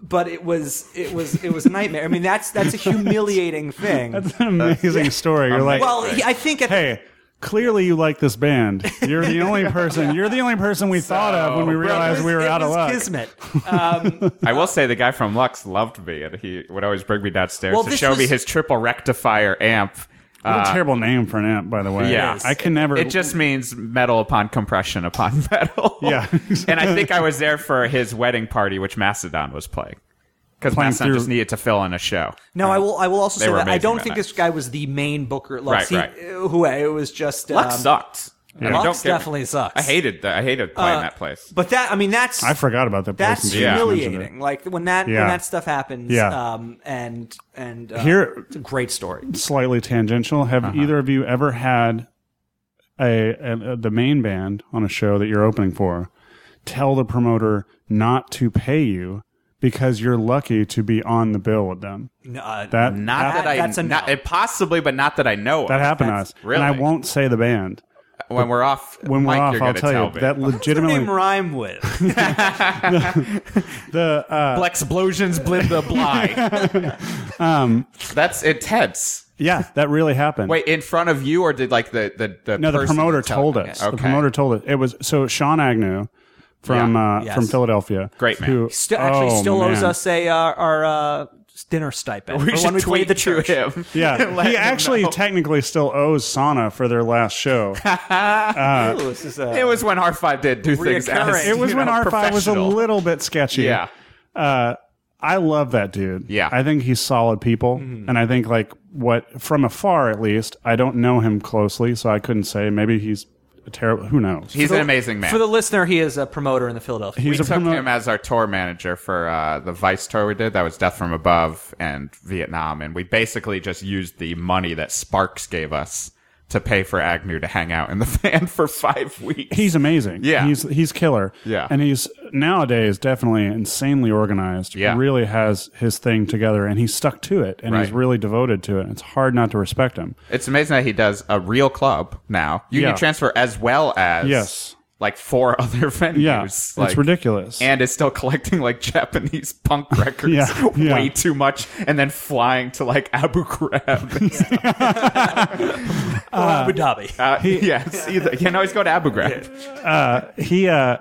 but it was it was it was a nightmare. I mean, that's that's a humiliating thing. It's an amazing story. You're like, well, he- I think at hey, clearly you like this band. You're the only person. You're the only person we thought of when we bro, realized we were it out of was luck. Kismet. I will say the guy from Lux loved me, and he would always bring me downstairs Well, to this show me was- his triple rectifier amp. Uh, What a terrible name for an amp, by the way. Yeah. I can never. It just means metal upon compression upon metal. Yeah. and I think I was there for his wedding party, which Macedon was playing. Because Playing Macedon through- just needed to fill in a show. No, I will. I will also They say were that I amazing don't that think night. this guy was the main booker at Right, Lux. He- right. Who it was just um, Lux sucked. I mean, Lux don't get me- definitely sucks. Uh, I hated that. I hated playing that place. But that I mean that's I forgot about that. that's person. Yeah. humiliating. Like when that Yeah. when that stuff happens. Yeah. Um, and and uh, Here- it's a great story. Slightly tangential. Have either of you ever had a, a, a the main band on a show that you're opening for tell the promoter not to pay you because you're lucky to be on the bill with them? No, uh, That Not that, That- I that's a not, no. it possibly, but not that I know. of. That happened to us. Really? And I won't say the band. when we're off, When we're Mike, off, you're I'll gonna tell, you. me. That name legitimately rhyme with. the uh, explosions blid the blind. um, Um, that's intense. yeah, that really happened. Wait, in front of you, or did like the the, the no, the person promoter tell- told us. Okay. The promoter told us. It was so Sean Agnew from Yeah. uh, Yes. from Philadelphia. Great man. Who, Still, actually, oh, still owes man. us a uh, our uh, dinner stipend. we for should when we tweet played the to church. him. and Yeah, let he him actually know. technically still owes Sana for their last show. Ooh, this is, uh, it was when R5 did do things. As, Reoccurring. it was you when know, R5 was a professional. little bit sketchy. Yeah. Uh, I love that dude. Yeah. Mm-hmm. I think he's solid people. And I think, like, what from afar at least, I don't know him closely, so I couldn't say. Maybe he's a terrible, who knows? He's an amazing man. For the listener, he is a promoter in the Philadelphia. he's we a took promo- him as our tour manager for uh, the Vice tour we did. That was Death from Above and Vietnam, and we basically just used the money that Sparks gave us to pay for Agnew to hang out in the van for five weeks. He's amazing. Yeah. he's he's killer. Yeah. and he's nowadays definitely insanely organized. Yeah. really has his thing together, and he's stuck to it, and he's Right. really devoted to it. It's hard not to respect him. It's amazing that he does a real club now, Union Yeah. Transfer, as well as Yes. like four other venues. Yeah, like- it's ridiculous. And is still collecting like Japanese punk records Yeah, way yeah. too much, and then flying to like Abu Ghraib. and stuff. Or Abu Dhabi. Uh, yes, either you can always go to Abu Ghraib. he uh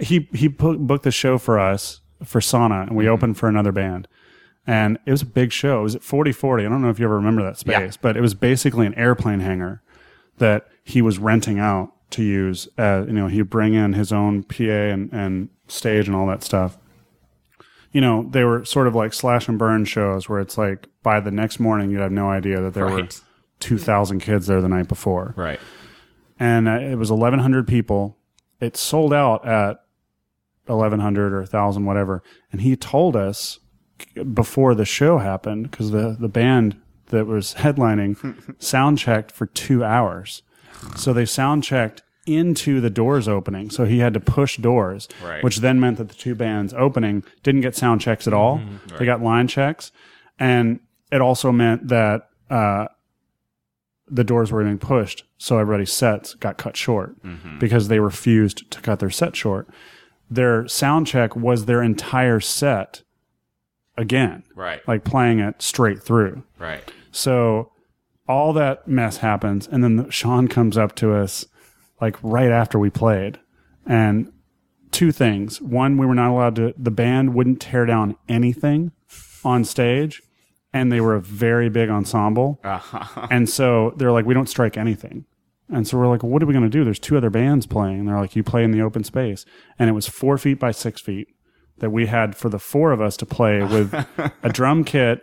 he he put, booked the show for us for Sauna, and we Mm-hmm. opened for another band. And it was a big show. It was at 4040. I don't know if you ever remember that space, Yeah. but it was basically an airplane hangar that he was renting out to use. Uh, you know, he'd bring in his own PA and, and stage and all that stuff. You know, they were sort of like slash and burn shows where it's like by the next morning you'd have no idea that there were Right. 2,000 kids there the night before. Right. and uh, it was 1,100 people. It sold out at 1,100 or 1,000, whatever. And he told us before the show happened because the, the band that was headlining sound checked for two hours. So they sound checked into the doors opening. So he had to push doors, Right. which then meant that the two bands opening didn't get sound checks at all. Mm-hmm. They got line checks. And it also meant that uh, the doors were being pushed. So everybody's sets got cut short Mm-hmm. because they refused to cut their set short. Their sound check was their entire set again, Right. Like playing it straight through. Right. So all that mess happens, and then Sean comes up to us like right after we played, and two things: one, we were not allowed to. The band wouldn't tear down anything on stage, and they were a very big ensemble, and so they're like, we don't strike anything. And so we're like, what are we going to do? There's two other bands playing. And they're like, you play in the open space. And it was four feet by six feet that we had for the four of us to play with a drum kit,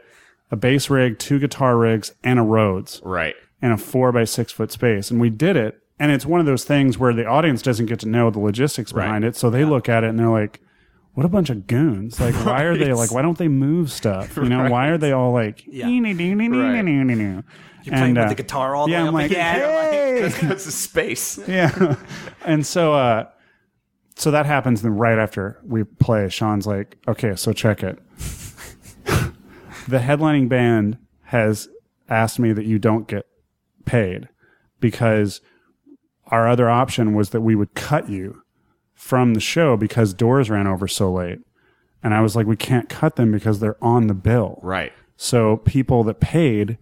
a bass rig, two guitar rigs, and a Rhodes Right. in a four by six foot space. And we did it. And it's one of those things where the audience doesn't get to know the logistics behind it. So they look at it and they're like, what a bunch of goons. Like, why are they like, why don't they move stuff? You know, why are they all like, Yeah. "Nee-nee-nee-nee-nee-nee-nee-nee-nee." You're playing And, with uh, the guitar all the yeah, way I'm up like, again. That's, that's a space. yeah. and so uh so that happens then right after we play, Sean's like, Okay, so check it. the headlining band has asked me that you don't get paid because our other option was that we would cut you from the show because doors ran over so late. And I was like, we can't cut them because they're on the bill. Right. So people that paid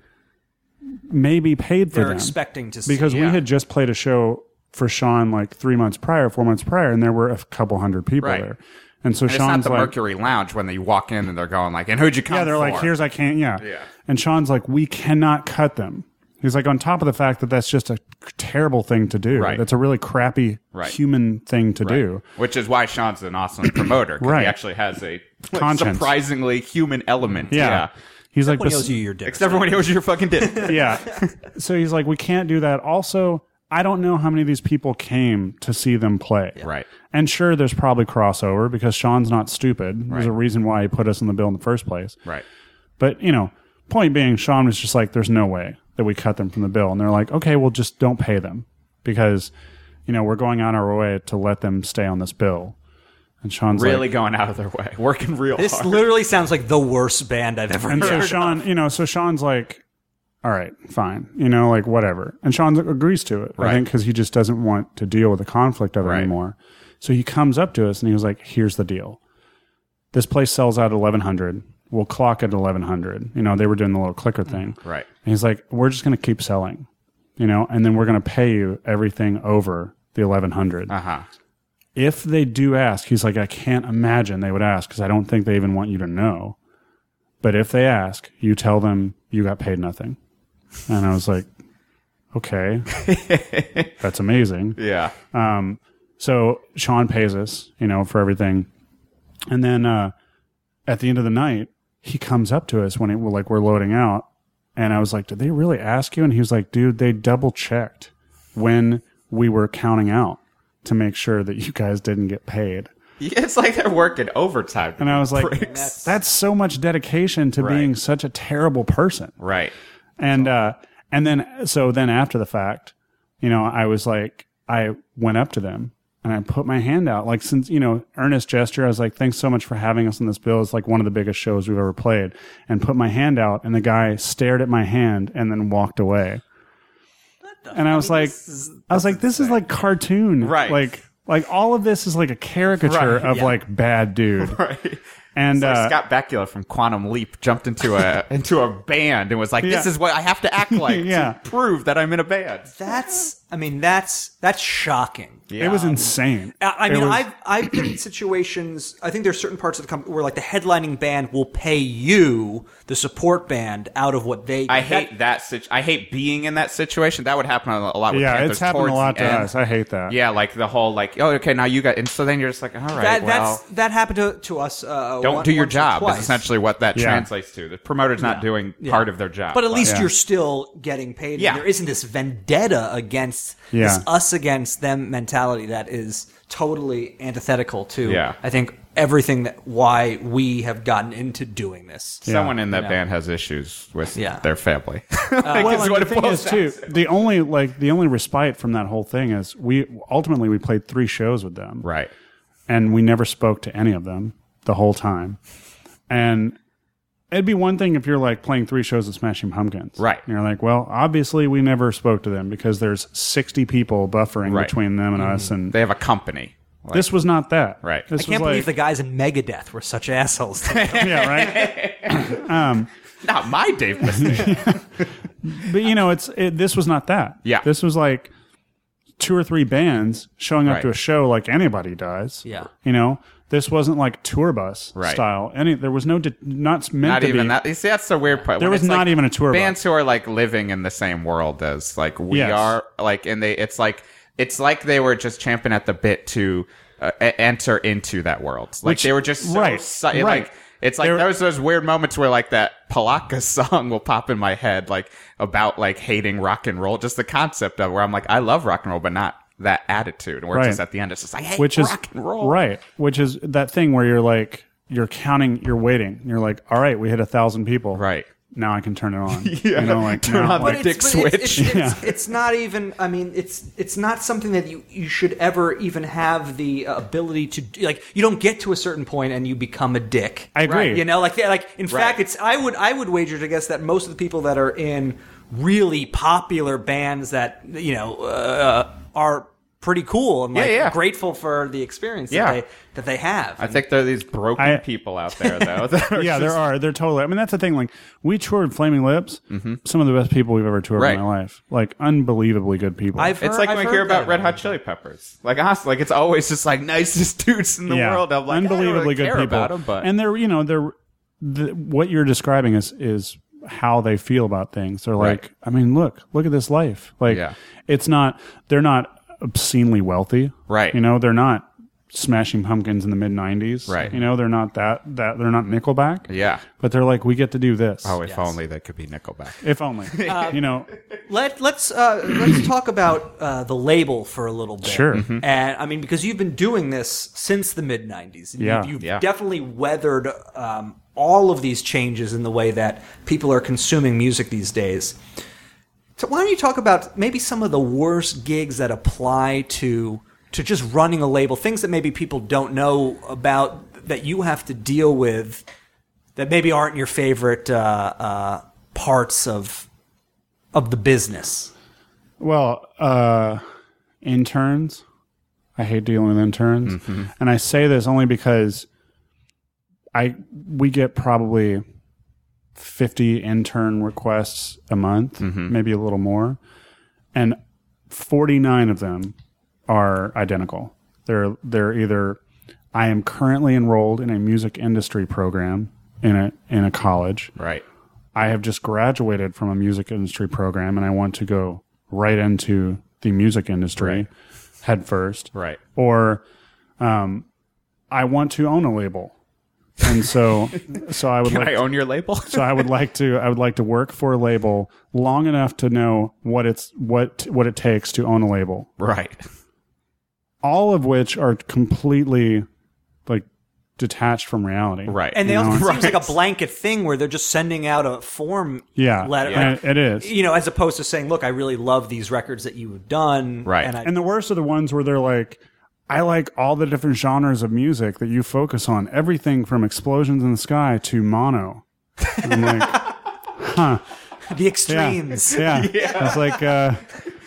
maybe paid for They're them expecting to see. because we had just played a show for Sean like three months prior, four months prior, and there were a couple hundred people Right. there. And so And it's Sean's not the like, Mercury Lounge when they walk in and they're going like, "And who'd you come yeah, they're like, for?" here's I can't, yeah. Yeah. And Sean's like, we cannot cut them. He's like, on top of the fact that that's just a terrible thing to do. Right. That's a really crappy Right. human thing to do. Which is why Sean's an awesome promoter. 'cause Right. He actually has a like, Conscience. surprisingly human element. Yeah. He's like, Everyone "Bes- owes you your dick. Because everyone knows your fucking dick. yeah. So he's like, we can't do that. Also, I don't know how many of these people came to see them play. Right. And sure, there's probably crossover because Sean's not stupid. There's a Right. reason why he put us in the bill in the first place. Right. But, you know, point being, Sean was just like, there's no way that we cut them from the bill. And they're like, okay, well, just don't pay them because, you know, we're going on our way to let them stay on this bill. And Sean's like- Really going out of their way, working real This hard. literally sounds like the worst band I've ever And so heard. Sean, you know, so Sean's like, all right, fine, you know, like whatever. And Sean agrees to it, I Right. think, because he just doesn't want to deal with the conflict of it Right. anymore. So he comes up to us and he was like, here's the deal. This place sells out at 1100. We'll clock at 1100. You know, they were doing the little clicker thing. Mm, Right. And he's like, we're just going to keep selling, you know, and then we're going to pay you everything over the 1100 Uh huh. if they do ask, he's like, I can't imagine they would ask because I don't think they even want you to know. But if they ask, you tell them you got paid nothing. And I was like, okay, that's amazing. Yeah. So Sean pays us, you know, for everything. And then uh, at the end of the night, he comes up to us when it, like we're loading out. And I was like, did they really ask you? And he was like, dude, they double checked when we were counting out to make sure that you guys didn't get paid. It's like they're working overtime. And I was like, Pricks. that's, so much dedication to Right. being such a terrible person. right. And uh, and then so then after the fact, you know, I was like, I went up to them and I put my hand out, like since you know, earnest gesture. I was like, thanks so much for having us on this bill. It's like one of the biggest shows we've ever played. And put my hand out, and the guy stared at my hand and then walked away. And I was like, I was like, this is like cartoon, Right. Like, like all of this is like a caricature Right, of like bad dude. Right. And It's like uh, Scott Bakula from Quantum Leap jumped into a into a band and was like, "This Yeah. is what I have to act like Yeah. to prove that I'm in a band." That's, I mean, that's that's shocking. It was insane. I I It mean, was- I've I've been in situations. I think there's certain parts of the company where like the headlining band will pay you the support band out of what they. I hate that. situ- I hate being in that situation. That would happen a lot. With yeah, Panthers it's happened a towards lot the to end. us. I hate that. Yeah, like the whole like, oh, okay, now you got, and so then you're just like, all right, that. that well, that's that happened to, to us. Uh, don't one- do your once or job. twice. That's essentially what that Yeah. translates to. The promoter's not doing part of their job, But at least Yeah. you're still getting paid. and Yeah. There isn't this vendetta against against. Yeah. This us against them mentality that is totally antithetical to Yeah. I think everything that why we have gotten into doing this. Someone in that Yeah. band has issues with Yeah. their family. Like, Uh, well, it's and what the it thing boils is down too the only like the only respite from that whole thing is we ultimately we played three shows with them Right. and we never spoke to any of them the whole time and it'd be one thing if you're like playing three shows with smashing pumpkins Right. and you're like well obviously we never spoke to them because there's 60 people buffering Right. Mm-hmm. between them and us and They have a company. this was not that Right. this I can't was believe the like, guys in Megadeth were such assholes. to me. yeah right Not my Dave Mustaine. but you know, it's it, this was not that. Yeah. this was like two or three bands showing up Right. to a show like anybody does. Yeah. you know, this wasn't like tour bus Right. style. Any there was no de- not meant not to even be. that. You see, that's the weird part. There When was it's like not even a tour bus. Bands who are like living in the same world as like we Yes. are. Like, and they, it's like, it's like they were just champing at the bit to uh, e- enter into that world. Like Which- they were just so right, si- right. like. It's like They were- those those weird moments where like that Palaka song will pop in my head, like about like hating rock and roll, just the concept of where I'm like, I love rock and roll, but not that attitude. And we're Right. just at the end, it's just like, I hate which is rock and roll, right? Which is that thing where you're like you're counting, you're waiting, and you're like, all right, we hit a thousand people, Right. Now I can turn it on. yeah, you know, like Turn now- on But the it's- dick but switch. It's, it's, it's, it's not even. I mean, it's it's not something that you you should ever even have the uh, ability to do. like. You don't get to a certain point and you become a dick. I agree. You know, like like in Right. fact, it's I would I would wager to guess that most of the people that are in really popular bands that you know uh, are pretty cool and like Yeah, yeah. grateful for the experience Yeah. that they that they have. I think there are these broken I- people out there, though. that are yeah, there just- are. They're totally. I mean, that's the thing. Like, we toured Flaming Lips. Some of the best people we've ever toured Mm-hmm. Right. in my life. Like, unbelievably good people. It's I've heard- like I've when I heard hear about that. Red Hot Chili Peppers. Like, honestly, like it's always just like nicest dudes in the yeah, world. I'm like, I unbelievably don't really good care people. About 'em, but And they're, you know, they're the, what you're describing is is how they feel about things. They're Right. like, I mean, look, look at this life. Like, Yeah. it's not. They're not obscenely wealthy. Right. You know, they're not smashing pumpkins in the mid 90s Right. you know they're not that that they're not nickelback Yeah. but they're like we get to do this oh, if only they could be Nickelback. if only you know Let let's uh, let's talk about uh, the label for a little bit. Sure. And I mean, because you've been doing this since the mid '90s, and Yeah. you've, you've Yeah. definitely weathered um, all of these changes in the way that people are consuming music these days. So why don't you talk about maybe some of the worst gigs that apply to to just running a label, things that maybe people don't know about that you have to deal with that maybe aren't your favorite uh, uh, parts of of the business. Well, uh, interns. I hate dealing with interns, and I say this only because I we get probably fifty intern requests a month, maybe a little more, and forty nine of them are identical. They're they're either I am currently enrolled in a music industry program in a in a college, Right. I have just graduated from a music industry program and I want to go right into the music industry Right. head first. Right. Or um, I want to own a label. And so so I would like I own your label. so I would like to I would like to work for a label long enough to know what it's what what it takes to own a label. right. All of which are completely like detached from reality. Right. And they also, it know? seems like a blanket thing where they're just sending out a form Yeah. letter. And it- it is. You know, as opposed to saying, look, I really love these records that you've done. Right. And I, And the worst are the ones where they're like, I like all the different genres of music that you focus on, everything from explosions in the sky to mono. And I'm like, the yeah, extremes. yeah. I was like, uh,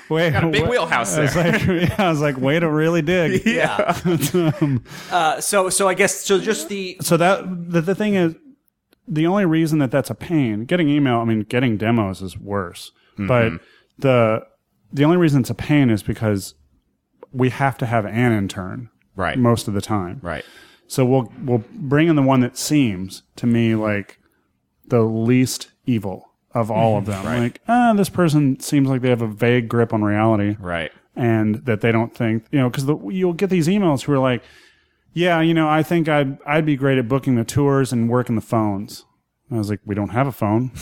wait, Got a big what- wheelhouse I was there. like, yeah, I was like, way to really dig. Yeah. uh, so, so I guess, so just the, So that the, the thing is, the only reason that that's a pain, getting email, I mean, getting demos is worse, Mm-hmm. but the the only reason it's a pain is because we have to have an intern Right. most of the time, Right. So we'll we'll bring in the one that seems to me like the least evil of all Mm-hmm. of them. Like, ah, this person seems like they have a vague grip on reality, Right. and that they don't think you know because you'll get these emails who are like, yeah, you know, I think I'd I'd be great at booking the tours and working the phones. And I was like, we don't have a phone.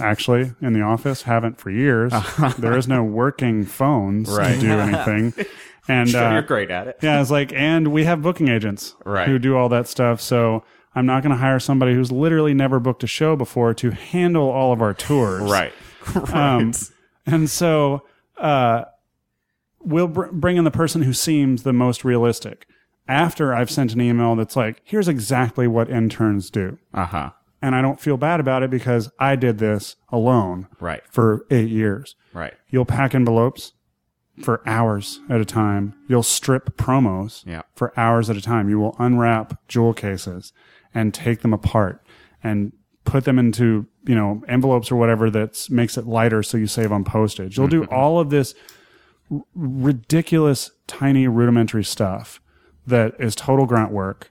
actually in the office. Haven't for years. there is no working phones Right. to do anything. And uh, You're great at it. yeah, it's like, and we have booking agents Right. who do all that stuff. So I'm not going to hire somebody who's literally never booked a show before to handle all of our tours. Right. Um, and so uh, we'll br- bring in the person who seems the most realistic. After I've sent an email that's like, here's exactly what interns do. Uh huh. And I don't feel bad about it because I did this alone Right. for eight years. Right. You'll pack envelopes for hours at a time. You'll strip promos Yeah. for hours at a time. You will unwrap jewel cases and take them apart and put them into, you know, envelopes or whatever that makes it lighter so you save on postage. You'll Mm-hmm. do all of this r- ridiculous, tiny, rudimentary stuff that is total grunt work.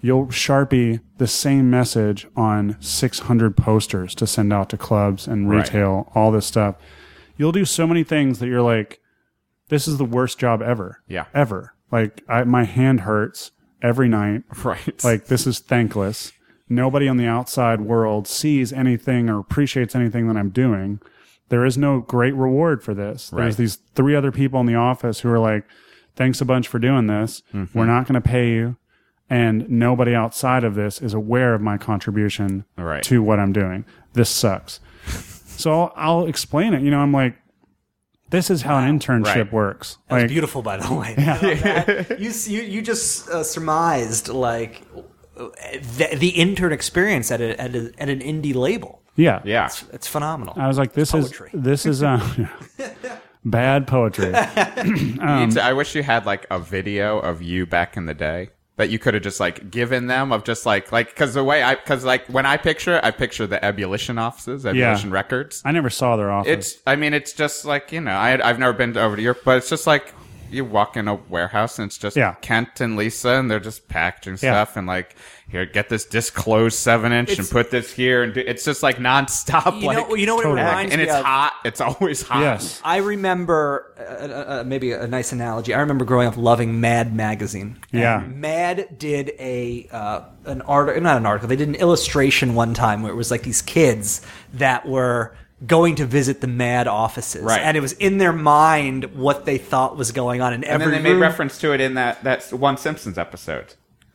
You'll sharpie the same message on 600 posters to send out to clubs and Right. retail, all this stuff. You'll do so many things that you're like, this is the worst job ever. Yeah. Ever. Like I, my hand hurts every night. Right. Like this is thankless. Nobody on the outside world sees anything or appreciates anything that I'm doing. There is no great reward for this. Right. There's these three other people in the office who are like, thanks a bunch for doing this. Mm-hmm. We're not going to pay you. And nobody outside of this is aware of my contribution Right. to what I'm doing. This sucks. so I'll, I'll explain it. You know, I'm like, this is how an internship Right. works. That was Like, beautiful, by the way. you, you you just uh, surmised like uh, the, the intern experience at a, at, a, at an indie label. yeah. yeah. It's phenomenal. I was like, this Poetry. is, this is, um, bad poetry. Um, You t- I wish you had like a video of you back in the day that you could have just like given them of just like like because the way I because like when I picture I picture the ebullition offices, ebullition records. I never saw their office. It's I mean it's just like you know I I've never been over to Europe, but it's just like you walk in a warehouse and it's just Yeah. Kent and Lisa and they're just packaging Yeah. stuff and like here get this disclosed seven inch and It's- put this here and do, it's just like nonstop you like know, you know what Totally. it and reminds me it's of? hot it's always hot yes. I remember uh, uh, uh, maybe a nice analogy. I remember growing up loving Mad magazine. Yeah. And Mad did a uh, an article, not an article. They did an illustration one time where it was like these kids that were going to visit the Mad offices, Right. And it was in their mind what they thought was going on, and, and every then they made room- reference to it in that that one Simpsons episode.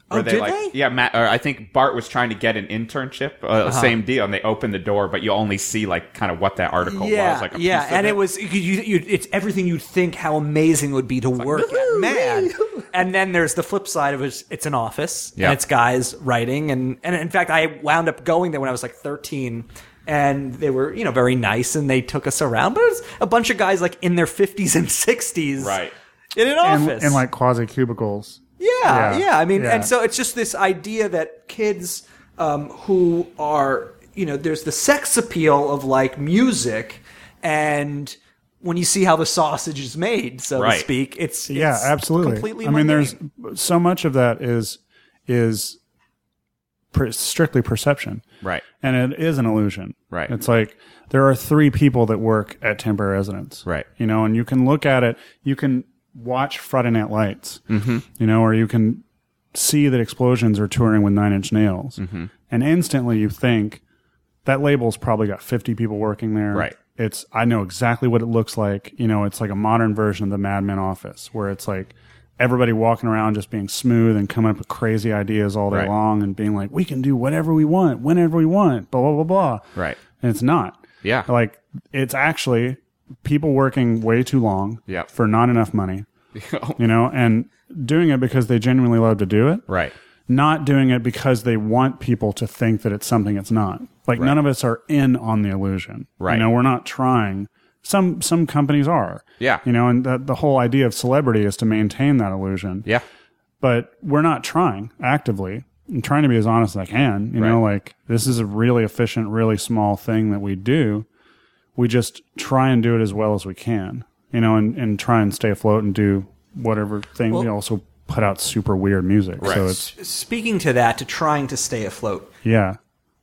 Where Oh, did like, they? Uh-huh. Yeah, Matt, or I think Bart was trying to get an internship, uh, same deal, and they opened the door, but you only see like kind of what that article Yeah, was, like a yeah, piece of and it, was you, you, it's everything you'd think how amazing it would be to work at Mad, and then there's the flip side of it's, it's an office Yeah. and it's guys writing, and and in fact I wound up going there when I was like 13, and they were you know very nice and they took us around, but it was a bunch of guys like in their 50s and 60s, Right. in an And, office, and like quasi cubicles. yeah, Yeah. yeah. I mean, Yeah. and so it's just this idea that kids um, who are, you know, there's the sex appeal of like music, and when you see how the sausage is made, so Right. to speak, it's yeah it's absolutely Completely, i mean there's mundane. so much of that is is per, strictly perception Right. and it is an illusion Right. it's like there are three people that work at temporary residence Right. you know and you can look at it you can watch friday night lights Mm-hmm. you know or you can see that explosions are touring with nine inch nails Mm-hmm. and instantly you think that label's probably got 50 people working there. Right. It's I know exactly what it looks like. You know, it's like a modern version of the Mad Men office where it's like everybody walking around just being smooth and coming up with crazy ideas all day Right. long and being like, we can do whatever we want, whenever we want, blah, blah, blah, blah. Right. And it's not. Yeah. Like it's actually people working way too long Yep. for not enough money, it. you know, and doing it because they genuinely love to do it right. not doing it because they want people to think that it's something it's not. Like none of us are in on the illusion. Right. You know, we're not trying. Some some companies are. Yeah. You know, and the, the whole idea of celebrity is to maintain that illusion. Yeah. But we're not trying actively. I'm trying to be as honest as I can. You know, Right. like this is a really efficient, really small thing that we do. We just try and do it as well as we can. You know, and, and try and stay afloat and do whatever thing. we also put out super weird music. Right. So it's speaking to that to trying to stay afloat. yeah.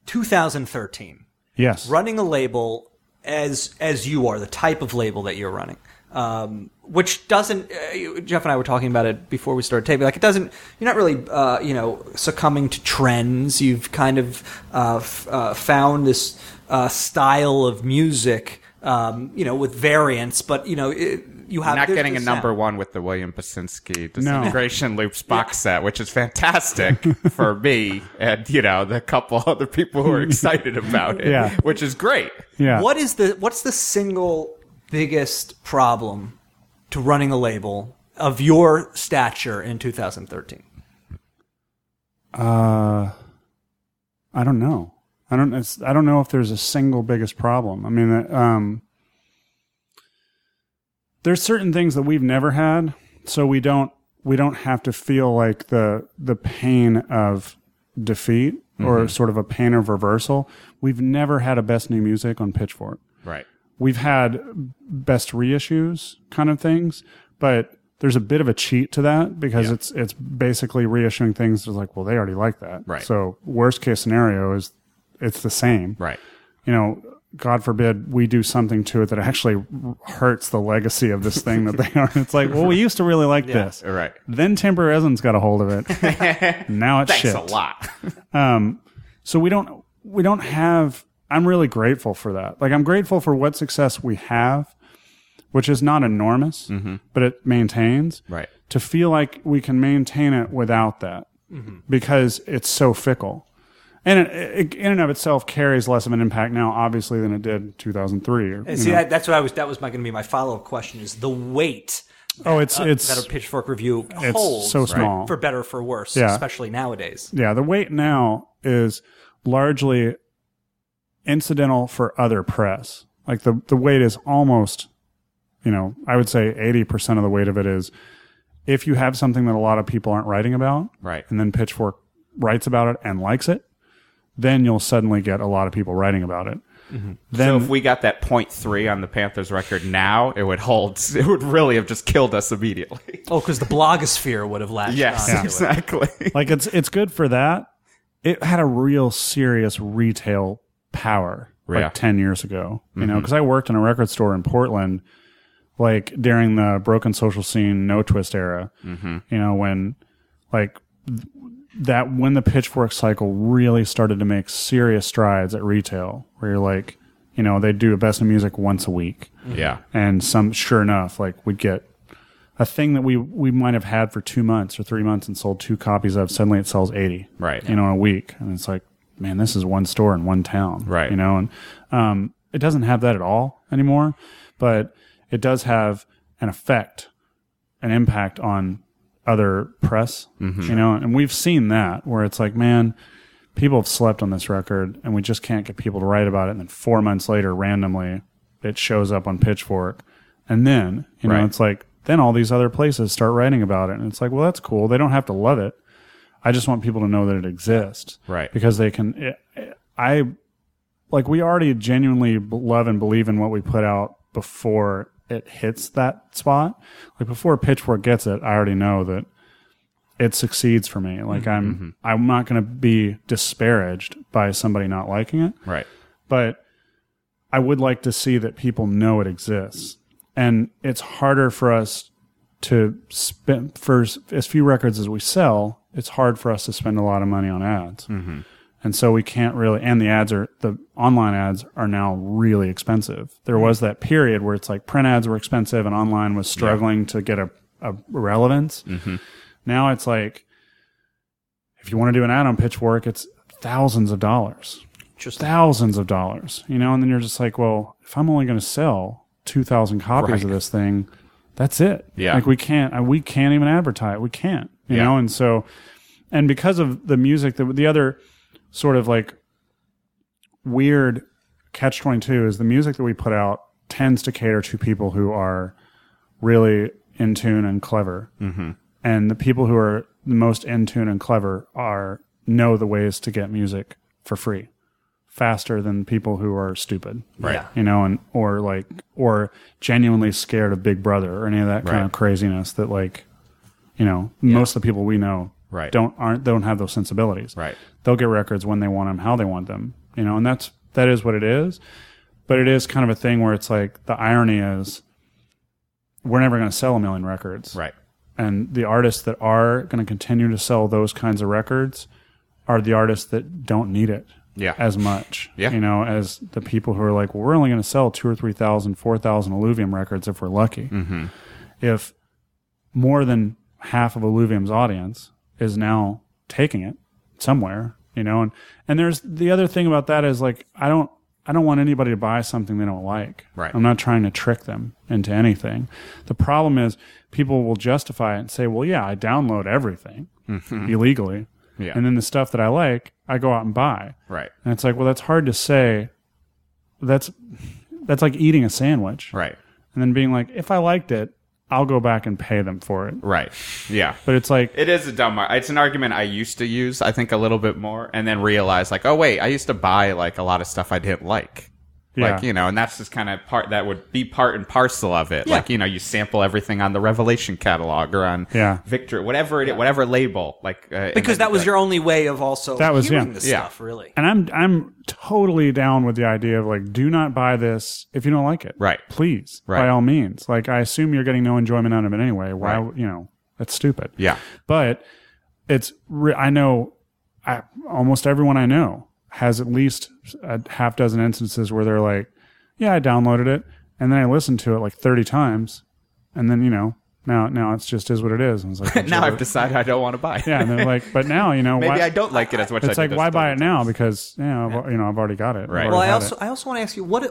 2013, Yes. running a label as as you are, the type of label that you're running. um, which doesn't. Uh, you- Jeff and I were talking about it before we started taping. Like it doesn't. You're not really, uh, you know, succumbing to trends. You've kind of uh, f- uh, found this uh, style of music, um, you know, with variants, but you know, it, you have I'm not Uh, there's getting a this number sound. one with the William Basinski Disintegration Loops box set, which is fantastic for me and you know the couple other people who are excited about it, Yeah. which is great. Yeah. What is the what's the single biggest problem to running a label of your stature in 2013? Uh, I don't know. I don't. It's, I don't know if there's a single biggest problem. I mean, uh, um, there's certain things that we've never had, so we don't we don't have to feel like the the pain of defeat or sort of a pain of reversal. We've never had a best new music on Pitchfork Right. we've had best reissues kind of things, but there's a bit of a cheat to that because it's it's basically reissuing things that's like, well, they already like that. Right. So worst case scenario is it's the same. Right. You know, God forbid we do something to it that actually hurts the legacy of this thing that they are. It's like, well, we used to really like this. Right. Then Timber Esmond's got a hold of it. now it's Thanks shit a lot. so we don't we don't have i'm really grateful for that like i'm grateful for what success we have which is not enormous but it maintains Right. to feel like we can maintain it without that because it's so fickle and it, it, in and of itself carries less of an impact now obviously than it did in 2003 or, And you see, know. that, that's what I was. That was my going to be my follow up question: is the weight. oh it's it's that a pitchfork review it's holds so small. for better or for worse, Yeah. especially nowadays. Yeah, the weight now is largely incidental for other press. Like the the weight is almost, you know, I would say eighty percent of the weight of it is if you have something that a lot of people aren't writing about, Right. and then Pitchfork writes about it and likes it, then you'll suddenly get a lot of people writing about it. So Then if we got that point three on the Panthers record now, it would hold. It would really have just killed us immediately. Oh, because the blogosphere would have latched Yes, on to it. exactly. like it's it's good for that. It had a real serious retail power like Yeah. ten years ago, you know, because I worked in a record store in Portland, like during the broken social scene, no twist era, you know, when like th- that when the pitchfork cycle really started to make serious strides at retail, where you're like, you know, they do a best of music once a week, Yeah. and some sure enough like we'd get a thing that we we might have had for two months or three months and sold two copies of suddenly it sells 80 Right. you know in a week and it's like man this is one store in one town Right. you know and um, it doesn't have that at all anymore but it does have an effect an impact on other press Mm-hmm. you know and we've seen that where it's like man people have slept on this record and we just can't get people to write about it and then four months later randomly it shows up on pitchfork and then you know Right. it's like then all these other places start writing about it and it's like well that's cool they don't have to love it i just want people to know that it exists Right. because they can it, it- i like we already genuinely b- love and believe in what we put out before it hits that spot like before pitchfork gets it i already know that it succeeds for me like i'm i'm not going to be disparaged by somebody not liking it Right. but I would like to see that people know it exists. And it's harder for us to spend for s- as few records as we sell. It's hard for us to spend a lot of money on ads, mm-hmm. and so we can't really. And the ads are the online ads are now really expensive. There was that period where it's like print ads were expensive and online was struggling to get a, a relevance. Now it's like if you want to do an ad on Pitchfork, it's thousands of dollars Just thousands of dollars, you know, and then you're just like, well, if I'm only going to sell 2,000 copies of this thing, that's it. Yeah. Like we can't, I- we can't even advertise. We can't, you Yeah. know, and so, and because of the music, the, the other sort of like weird catch 22 is the music that we put out tends to cater to people who are really in tune and clever. Mm-hmm. And the people who are the most in tune and clever are know the ways to get music for free faster than people who are stupid. Right. Yeah. You know, and or like or genuinely scared of Big Brother or any of that kind Right. of craziness that like you know, most of the people we know Right. don't aren't they don't have those sensibilities. Right. They'll get records when they want them, how they want them. You know, and that's that is what it is. But it is kind of a thing where it's like the irony is we're never going to sell a million records. Right. And the artists that are going to continue to sell those kinds of records are the artists that don't need it Yeah. as much. Yeah. You know, as the people who are like, well, we're only going to sell two or 3,000, 4,000 Alluvium records if we're lucky. Mm-hmm. If more than half of Alluvium's audience is now taking it somewhere, you know, and, and there's the other thing about that is like, I don't, I don't want anybody to buy something they don't like. Right. I'm not trying to trick them into anything. The problem is people will justify it and say, well, yeah, I download everything illegally. Mm-hmm. Yeah. And then the stuff that I like, I go out and buy. Right. And it's like, well, that's hard to say. That's that's like eating a sandwich, Right. And then being like, if I liked it, I'll go back and pay them for it. Right. Yeah. But it's like, It is a dumb. ar- It's an argument I used to use, I think, a little bit more, and then realize like, oh wait, I used to buy like a lot of stuff I didn't like. Like Yeah. you know, and that's just kind of part that would be part and parcel of it. Like you know, you sample everything on the Revelation catalog or on Yeah. Victor, whatever it whatever label. Like uh, and because then that was like- your only way of also That was- hearing yeah. this Yeah. stuff, really. and I'm I'm totally down with the idea of like, do not buy this if you don't like it, Right. Please, Right. by all means. Like, I assume you're getting no enjoyment out of it anyway. Why, Right. you know, that's stupid. yeah but it's re- I know I, almost everyone I know has at least a half dozen instances where they're like, "Yeah, I downloaded it, and then I listened to it like thirty times, and then you know now now it's just is what it is." And it's like, now I've decided I don't want to buy. it. yeah, and they're like, but now you know Maybe why, I don't like it as much. It's I like did why those buy it times. now because you know, I've, you know I've already got it. I've Right. already Well, I had also it. I also want to ask you what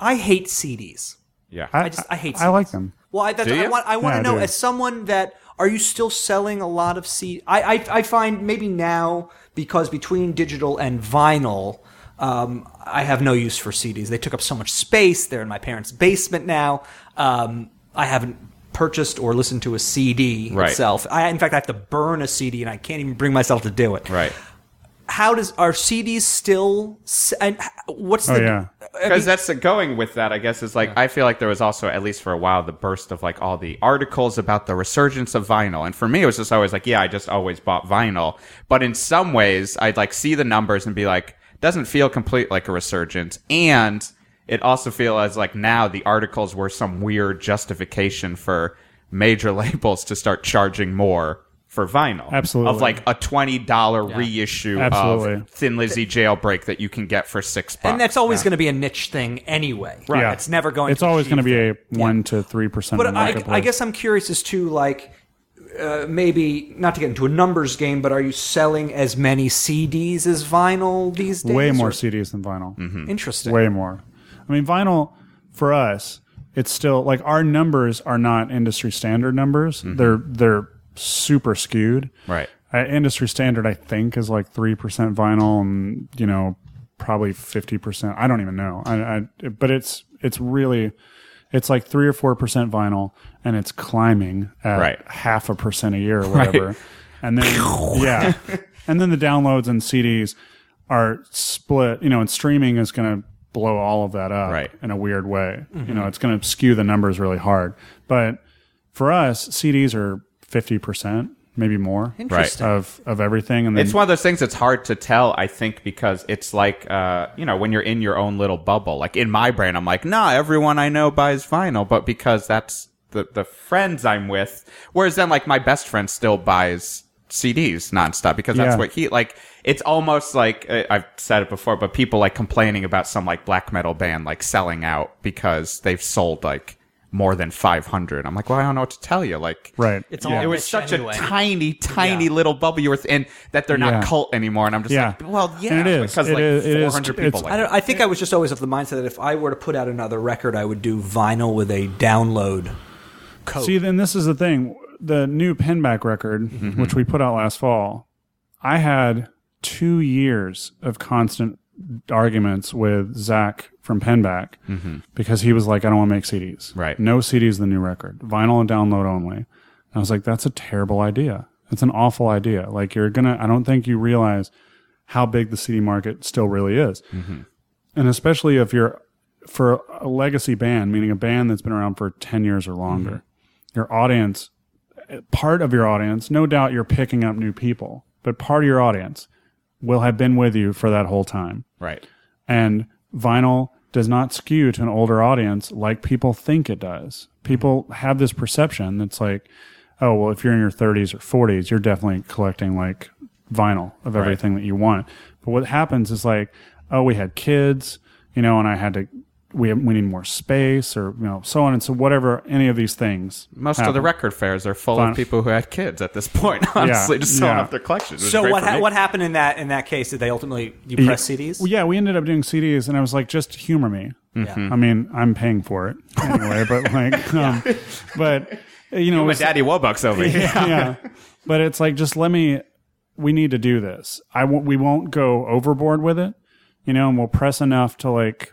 I hate CDs. Yeah. I just I hate. CDs. I like them. Well, I, that's, Do I you? want I want Yeah, I to know do. as someone that are you still selling a lot of CDs? I, I I find maybe now because between digital and vinyl. Um, I have no use for CDs. They took up so much space. They're in my parents' basement now. Um, I haven't purchased or listened to a CD Right. itself. I, in fact, I have to burn a CD, and I can't even bring myself to do it. right. How does are CDs still? s- And h- what's Oh the yeah. because that's the going with that i guess is like i feel like there was also at least for a while the burst of like all the articles about the resurgence of vinyl and for me it was just always like yeah i just always bought vinyl but in some ways i'd like see the numbers and be like doesn't feel complete like a resurgence and it also feels as like now the articles were some weird justification for major labels to start charging more for vinyl Absolutely. of like a $20 reissue Absolutely. of thin lizzy jailbreak that you can get for six bucks And that's always going to be a niche thing anyway. Right. Yeah. It's never going It's to always going to achieve be a one to three percent. But I, I guess I'm curious as to like uh, maybe not to get into a numbers game, but are you selling as many CDs as vinyl these days? way more Or- CDs than vinyl. Mm-hmm. Interesting. way more. I mean, vinyl for us, it's still like our numbers are not industry standard numbers. They're they're super skewed. Mm-hmm. Right. Uh, industry standard, I think, is like three percent vinyl, and you know, probably fifty percent. I don't even know. I, I but it's it's really. It's like three or four percent vinyl, and it's climbing at Right. half a percent a year or whatever. And then yeah, and then the downloads and CDs are split. You know, and streaming is going to blow all of that up Right. Mm-hmm. in a weird way. You know, it's going to skew the numbers really hard. But for us, CDs are fifty percent, maybe more, Interesting. of of everything. And then It's one of those things that's hard to tell, I think, because it's like, uh, you know, when you're in your own little bubble. Like in my brain, I'm like, nah, everyone I know buys vinyl, but because that's the, the friends I'm with. Whereas then, like, my best friend still buys CDs nonstop because that's Yeah. what he, like, it's almost like, uh, I've said it before, but people like complaining about some like black metal band like selling out because they've sold like more than 500. I'm like, well, I don't know what to tell you. Like, right, It's it all was niche such anyway. a tiny, tiny little bubble you were th- and that they're not Yeah. cult anymore. And I'm just Yeah. like, well, yeah, And it is. because It like is- it is- 400 people. it's- Like, I, don't, I think I was just always of the mindset that if I were to put out another record, I would do vinyl with a download code. See, then this is the thing. The new Pinback record, which we put out last fall, I had two years of constant arguments with Zach from Pinback because he was like, I don't want to make CDs. Right. No CDs, the new record, vinyl and download only. And I was like, that's a terrible idea. That's an awful idea. Like, you're going to, I don't think you realize how big the CD market still really is. And especially if you're for a legacy band, meaning a band that's been around for 10 years or longer, your audience, part of your audience, no doubt you're picking up new people, but part of your audience will have been with you for that whole time. right. And vinyl does not skew to an older audience like people think it does. People have this perception that's like, oh, well, if you're in your 30s or 40s, you're definitely collecting like vinyl of everything that you want. But what happens is like, oh, we had kids, you know, and I had to, we, we need more space or, you know, so on and so whatever, any of these things. Most of the happen. record fairs are full Fun. of people who had kids at this point. Honestly, just selling yeah. off their collections. It was So great what for ha- me. what happened in that in that case? Did they ultimately you press Yeah. CDs? Well, yeah, we ended up doing CDs, and I was like, just humor me. I mean, I'm paying for it anyway, but like, um, but you know, it My was- daddy Wobuck's over here. yeah. But it's like, just let me. We need to do this. I won't. We won't go overboard with it, you know. And we'll press enough to like,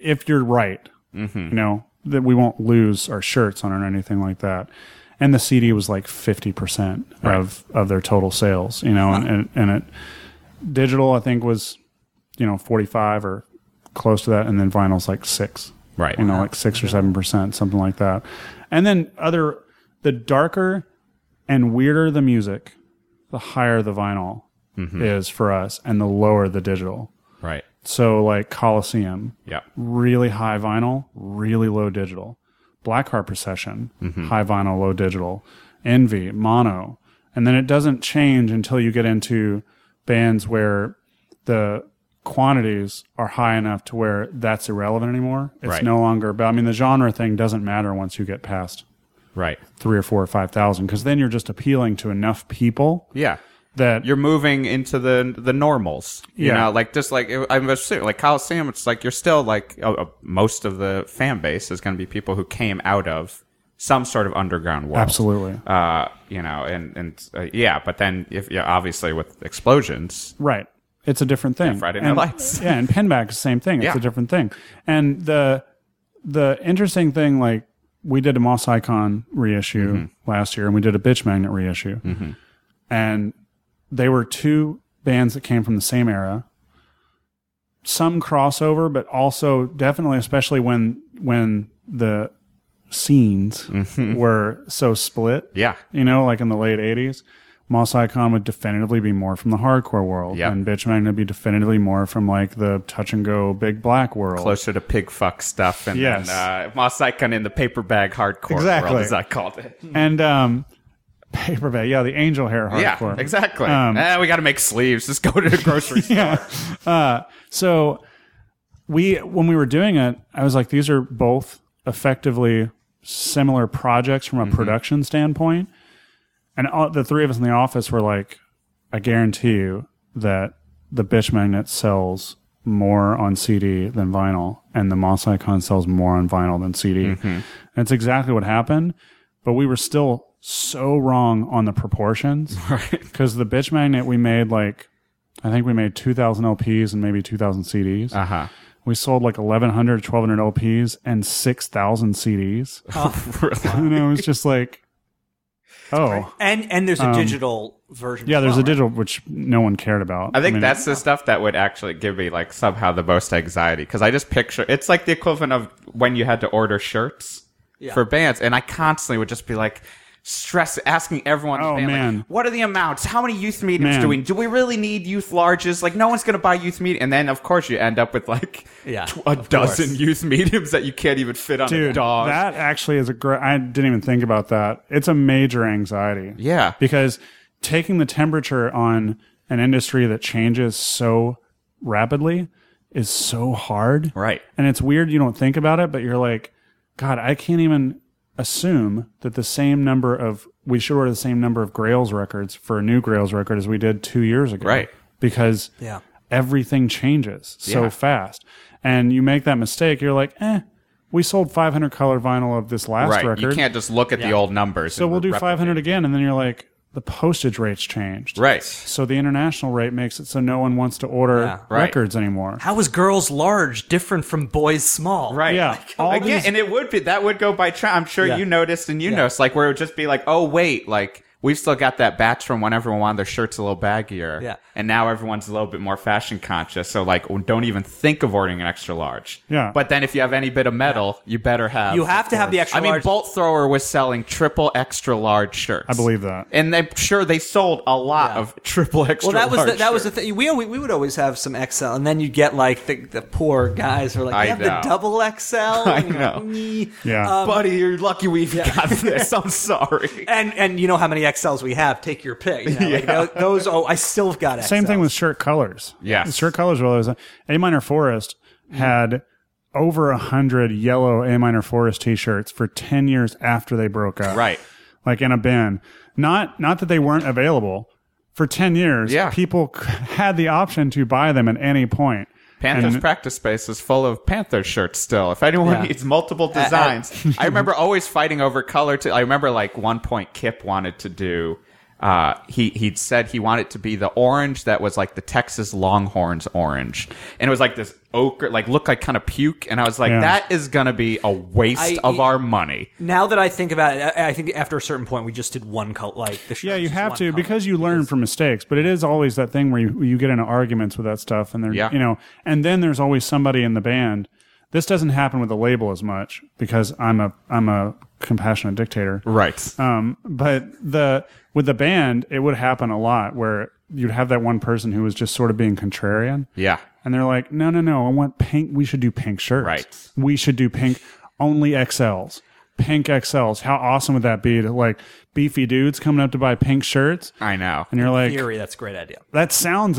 if you're right, you know, that we won't lose our shirts on it or anything like that. And the CD was like fifty percent of of their total sales, you know, and, and and it digital I think was, you know, forty five or close to that, and then vinyl's like six Right. you know, like six or seven percent, something like that. And then other, the darker and weirder the music, the higher the vinyl is for us, and the lower the digital. Right. So like Coliseum, Yeah. really high vinyl, really low digital. Black Heart Procession, high vinyl, low digital. Envy, mono. And then it doesn't change until you get into bands where the quantities are high enough to where that's irrelevant anymore. It's Right. no longer about, I mean, the genre thing doesn't matter once you get past Right. three or four or 5,000 because then you're just appealing to enough people Yeah. that You're moving into the the normals, you Yeah. know, like just like I'm assuming, like Coliseum. It's like you're still like uh, uh, most of the fan base is going to be people who came out of some sort of underground world, Absolutely. Uh, you know, and and uh, yeah, but then if yeah, obviously with explosions, Right. It's a different thing. Friday Night and, Lights. yeah, and Pinback is the same thing. It's Yeah. a different thing. And the the interesting thing, like we did a Moss Icon reissue Mm-hmm. last year, and we did a Bitch Magnet reissue, and they were two bands that came from the same era. Some crossover, but also definitely, especially when when the scenes were so split Mm-hmm. yeah, you know, like in the late 80s, Moss Icon would definitively be more from the hardcore world, Yep. and Bitch Magnet would be definitively more from like the touch and go big black world. closer to pig fuck stuff, and Yes. then, uh, Moss Icon in the paper bag hardcore Exactly. world, as I called it. And um, paperback, yeah, the angel hair Yeah, hardcore. exactly. Um, Eh, we got to make sleeves. Just go to the grocery store. So we when we were doing it, I was like, these are both effectively similar projects from a production standpoint. And all, the three of us in the office were like, I guarantee you that the bitch magnet sells more on CD than vinyl, and the Moss Icon sells more on vinyl than CD. And it's exactly what happened, but we were still so wrong on the proportions. Right. Because the bitch magnet we made like I think we made 2,000 LPs and maybe 2,000 CDs. Uh Uh-huh. huh. We sold like 1,100, 1,200 LPs and 6,000 CDs. and it was just like, oh, and and there's a digital version. yeah, as there's well, a right? digital, which no one cared about. I think mean, that's the stuff that would actually give me like somehow the most anxiety because I just picture it's like the equivalent of when you had to order shirts for bands, and I constantly would just be like stress asking everyone in the Oh, band, like, man. what are the amounts how many youth mediums Man. do we do we really need youth larges like no one's gonna buy youth medium and then of course you end up with like Yeah, tw- a dozen youth mediums that you can't even fit on a Dude, dog that actually is a great. I didn't even think about that. It's a major anxiety. Yeah. Because taking the temperature on an industry that changes so rapidly is so hard. Right. And it's weird you don't think about it, but you're like, God, I can't even assume that the same number of we should order the same number of Grails records for a new Grails record as we did two years ago. Right. Because Yeah. everything changes so fast. And you make that mistake, you're like, eh, we sold 500 color vinyl of this last right record. you can't just look at the old numbers so and we'll do replicate. 500 again. And then you're like, the postage rate's changed. right So the international rate makes it so no one wants to order right. records anymore. How is girls large different from boys small? Right. Yeah. All Again, these- and it would be that would go by trend. I'm sure you noticed and you noticed, like where it would just be like, oh wait, like We've still got that batch from when everyone wanted their shirts a little baggier. Yeah. And now everyone's a little bit more fashion conscious. So, like, don't even think of ordering an extra large. Yeah. But then if you have any bit of metal, you better have. You have to have the extra I mean, large. Bolt Thrower was selling triple extra large shirts. I believe that. And I'm sure they sold a lot Yeah. of triple extra Well, that was the, large that was the shirts. thing. We, always, we would always have some XL, and then you'd get like the, the poor guys who are like, I "They have know. the double XL." I And you're like, know. "Nee." Yeah. um, Buddy, you're lucky we've got this. I'm sorry. And and you know how many XLs we have? Take your pick. You know, like, Yeah. tho- those. Oh, I still got XLs. Same thing with shirt colors. Yes. The shirt colors were always A minor forest had over a hundred yellow A minor forest t shirts for ten years after they broke up. Right. Like in a bin. Not not that they weren't available. For ten years, Yeah. people c- had the option to buy them at any point. Panthers And- practice space is full of Panther shirts still. If anyone needs multiple Uh, designs, I remember always fighting over color. To I remember like one point Kip wanted to do. Uh, he he'd said he wanted to be the orange that was like the Texas Longhorns orange, and it was like this ochre, like looked like kind of puke. And I was like, Yeah. that is gonna be a waste I- of our money. Now that I think about it, I, I think after a certain point, we just did one color. Like the Yeah, you just have one to color. because you learn from mistakes. But it is always that thing where you, you get into arguments with that stuff, and there, Yeah. you know, and then there's always somebody in the band. This doesn't happen with the label as much because I'm a I'm a compassionate dictator, Right. Um, but the with the band, it would happen a lot where you'd have that one person who was just sort of being contrarian, yeah. and they're like, no, no, no, I want pink. We should do pink shirts. Right. We should do pink only XLs. Pink XLs. How awesome would that be to like beefy dudes coming up to buy pink shirts? I know. And you're like, theory. That's a great idea. that sounds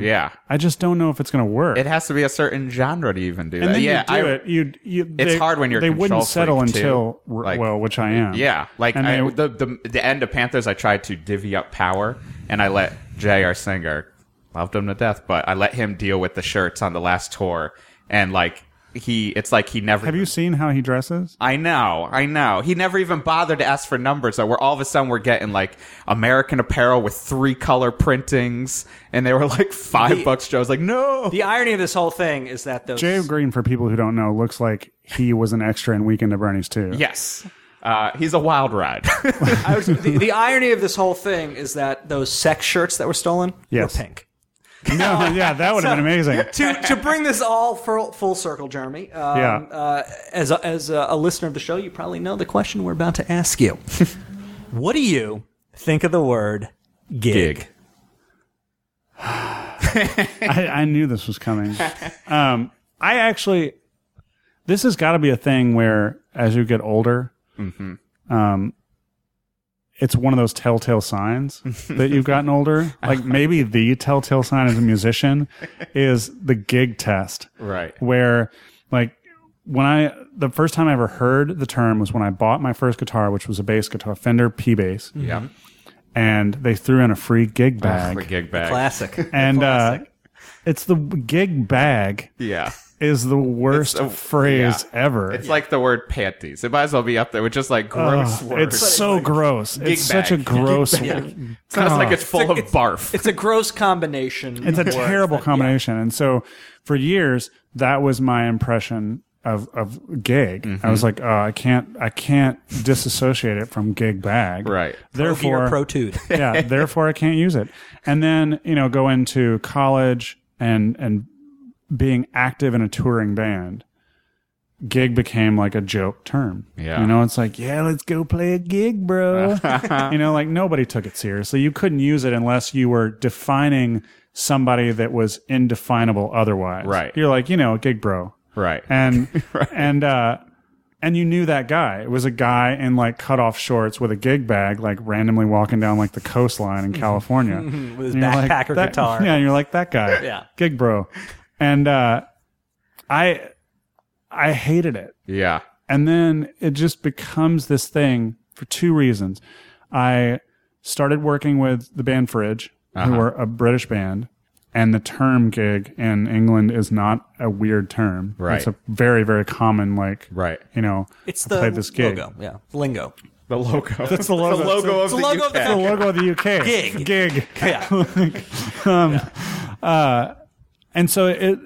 Yeah. I just don't know if it's going to work. It has to be a certain genre to even do and that. then yeah, you do I- it. You, you, It's they- hard when you're a They control wouldn't settle freak, too. until r- Like- well, which I am. Yeah, like and I, they- the, the the end of Panthers, I tried to divvy up power, and I let J.R. Singer loved him to death, but I let him deal with the shirts on the last tour, and like he, it's like he never. have you seen how he dresses? I know, I know. He never even bothered to ask for numbers. So we're all of a sudden we're getting like American Apparel with three color printings, and they were like five The- bucks. Joe was like, no. The irony of this whole thing is that those Jay Green, for people who don't know, looks like he was an extra in Weekend at Bernie's too. yes, uh, he's a wild ride. I was, the, the irony of this whole thing is that those sex shirts that were stolen Yes. were pink. No, yeah, that would have been amazing. to, to bring this all full, full circle, Jeremy, um, Yeah. uh, as, a, as a, a listener of the show, you probably know the question we're about to ask you. what do you think of the word gig? Gig. I, I knew this was coming. Um, I actually, this has got to be a thing where as you get older, Mm-hmm. um, it's one of those telltale signs that you've gotten older. Like maybe the telltale sign as a musician is the gig test, Right. Where, like, when I the first time I ever heard the term was when I bought my first guitar, which was a bass guitar, Fender P bass, yeah, and they threw in a free gig bag, for gig bag. Classic. and uh, it's the gig bag Yeah. is the worst It's a- phrase yeah. ever. It's like the word panties. It might as well be up there with just like gross Ugh, words. it's so gross. It's such a bag. gross. It's not like it's full It's a- of barf. it's a gross combination. It's a of words terrible that- combination. And so for years, that was my impression of of gig. I Mm-hmm. was like, oh, I can't, I can't disassociate it from gig bag. Right. Therefore, Gear protude. yeah, therefore I can't use it. And then, you know, go into college and and being active in a touring band, gig became like a joke term. Yeah. You know, it's like, yeah, let's go play a gig, bro. you know, like nobody took it seriously. You couldn't use it unless you were defining somebody that was indefinable otherwise. Right. You're like, you know, gig bro. right. And and uh and you knew that guy. It was a guy in like cutoff shorts with a gig bag, like randomly walking down like the coastline in California With his And you're like, backpack or "That- guitar. Yeah, and you're like that guy. Yeah. gig bro. And uh, I I hated it. yeah. And then it just becomes this thing for two reasons. I started working with the band Fridge, Uh-huh. who are a British band, and the term gig in England is not a weird term. Right. It's a very, very common, like, Right. you know, It's I the played this gig. logo. Yeah. Lingo. The logo. That's the logo. of the logo of the- The logo of the Gig. UK. Gig. um, uh, Yeah. And so it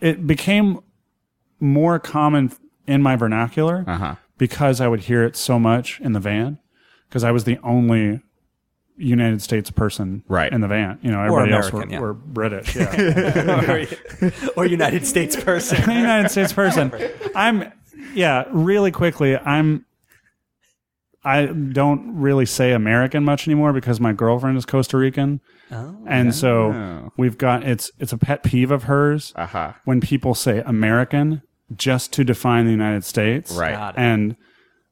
it became more common in my vernacular because I would hear it so much in the van because I was the only United States person Right. in the van. You know, everybody else were, American, yeah. were British. Yeah. or United States person. The United States person. I'm yeah, really quickly, I'm I don't really say American much anymore because my girlfriend is Costa Rican. Oh, and so we've got it's it's a pet peeve of hers Uh-huh. when people say American just to define the United States. Right. Got And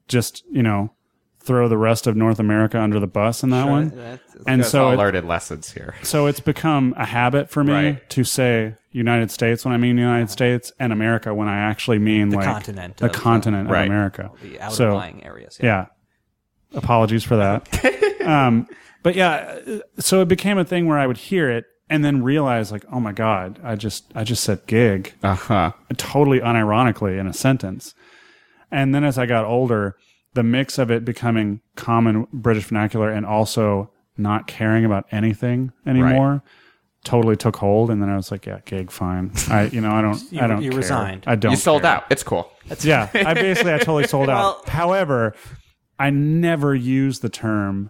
just, you know, throw the rest of North America under the bus in that one. and That's so all it- learned lessons here. so it's become a habit for me Right. to say United States when I mean United States and America when I actually mean like continent the of- uh, continent of Right. America. The outer so lying areas. yeah, apologies for that. um, but yeah, uh, so it became a thing where I would hear it and then realize like, oh my god, I just I just said gig Uh huh. totally unironically in a sentence. And then as I got older, the mix of it becoming common British vernacular and also not caring about anything anymore totally took hold. And then I was like, yeah, gig, fine. I, you know, I don't, I don't, you care. resigned. I don't, You sold care. out. It's cool. Yeah. I basically, I totally sold Well- out. However, I never use the term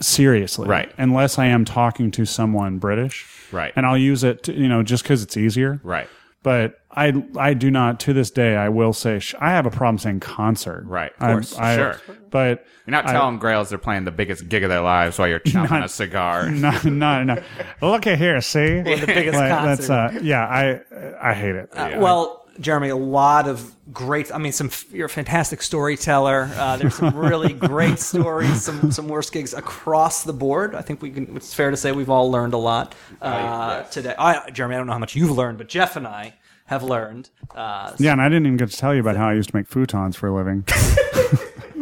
seriously. Right. Unless I am talking to someone British. Right. And I'll use it, to, you know, just because it's easier Right. but I I do not to this day I will say sh- I have a problem saying concert Right. Of I- course. I- Sure. but You're not telling Grails they're playing the biggest gig of their lives while you're chomping a cigar. not not not look at here see the biggest that's uh yeah I I hate it Uh, Well, Jeremy, a lot of great. I mean, some you're a fantastic storyteller. Uh, there's some really great stories, some some worst gigs across the board. I think we can. It's fair to say we've all learned a lot uh, today. I, Jeremy, I don't know how much you've learned, but Jeff and I have learned. Uh, yeah and I didn't even get to tell you about how I used to make futons for a living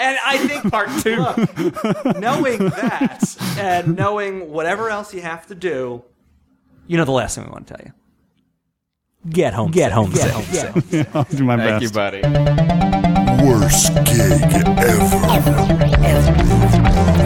And I think part two, knowing that and knowing whatever else you have to do, you know the last thing we want to tell you. Get home. Get home. Get home. I'll do my Thank best you, buddy. Worst gig ever.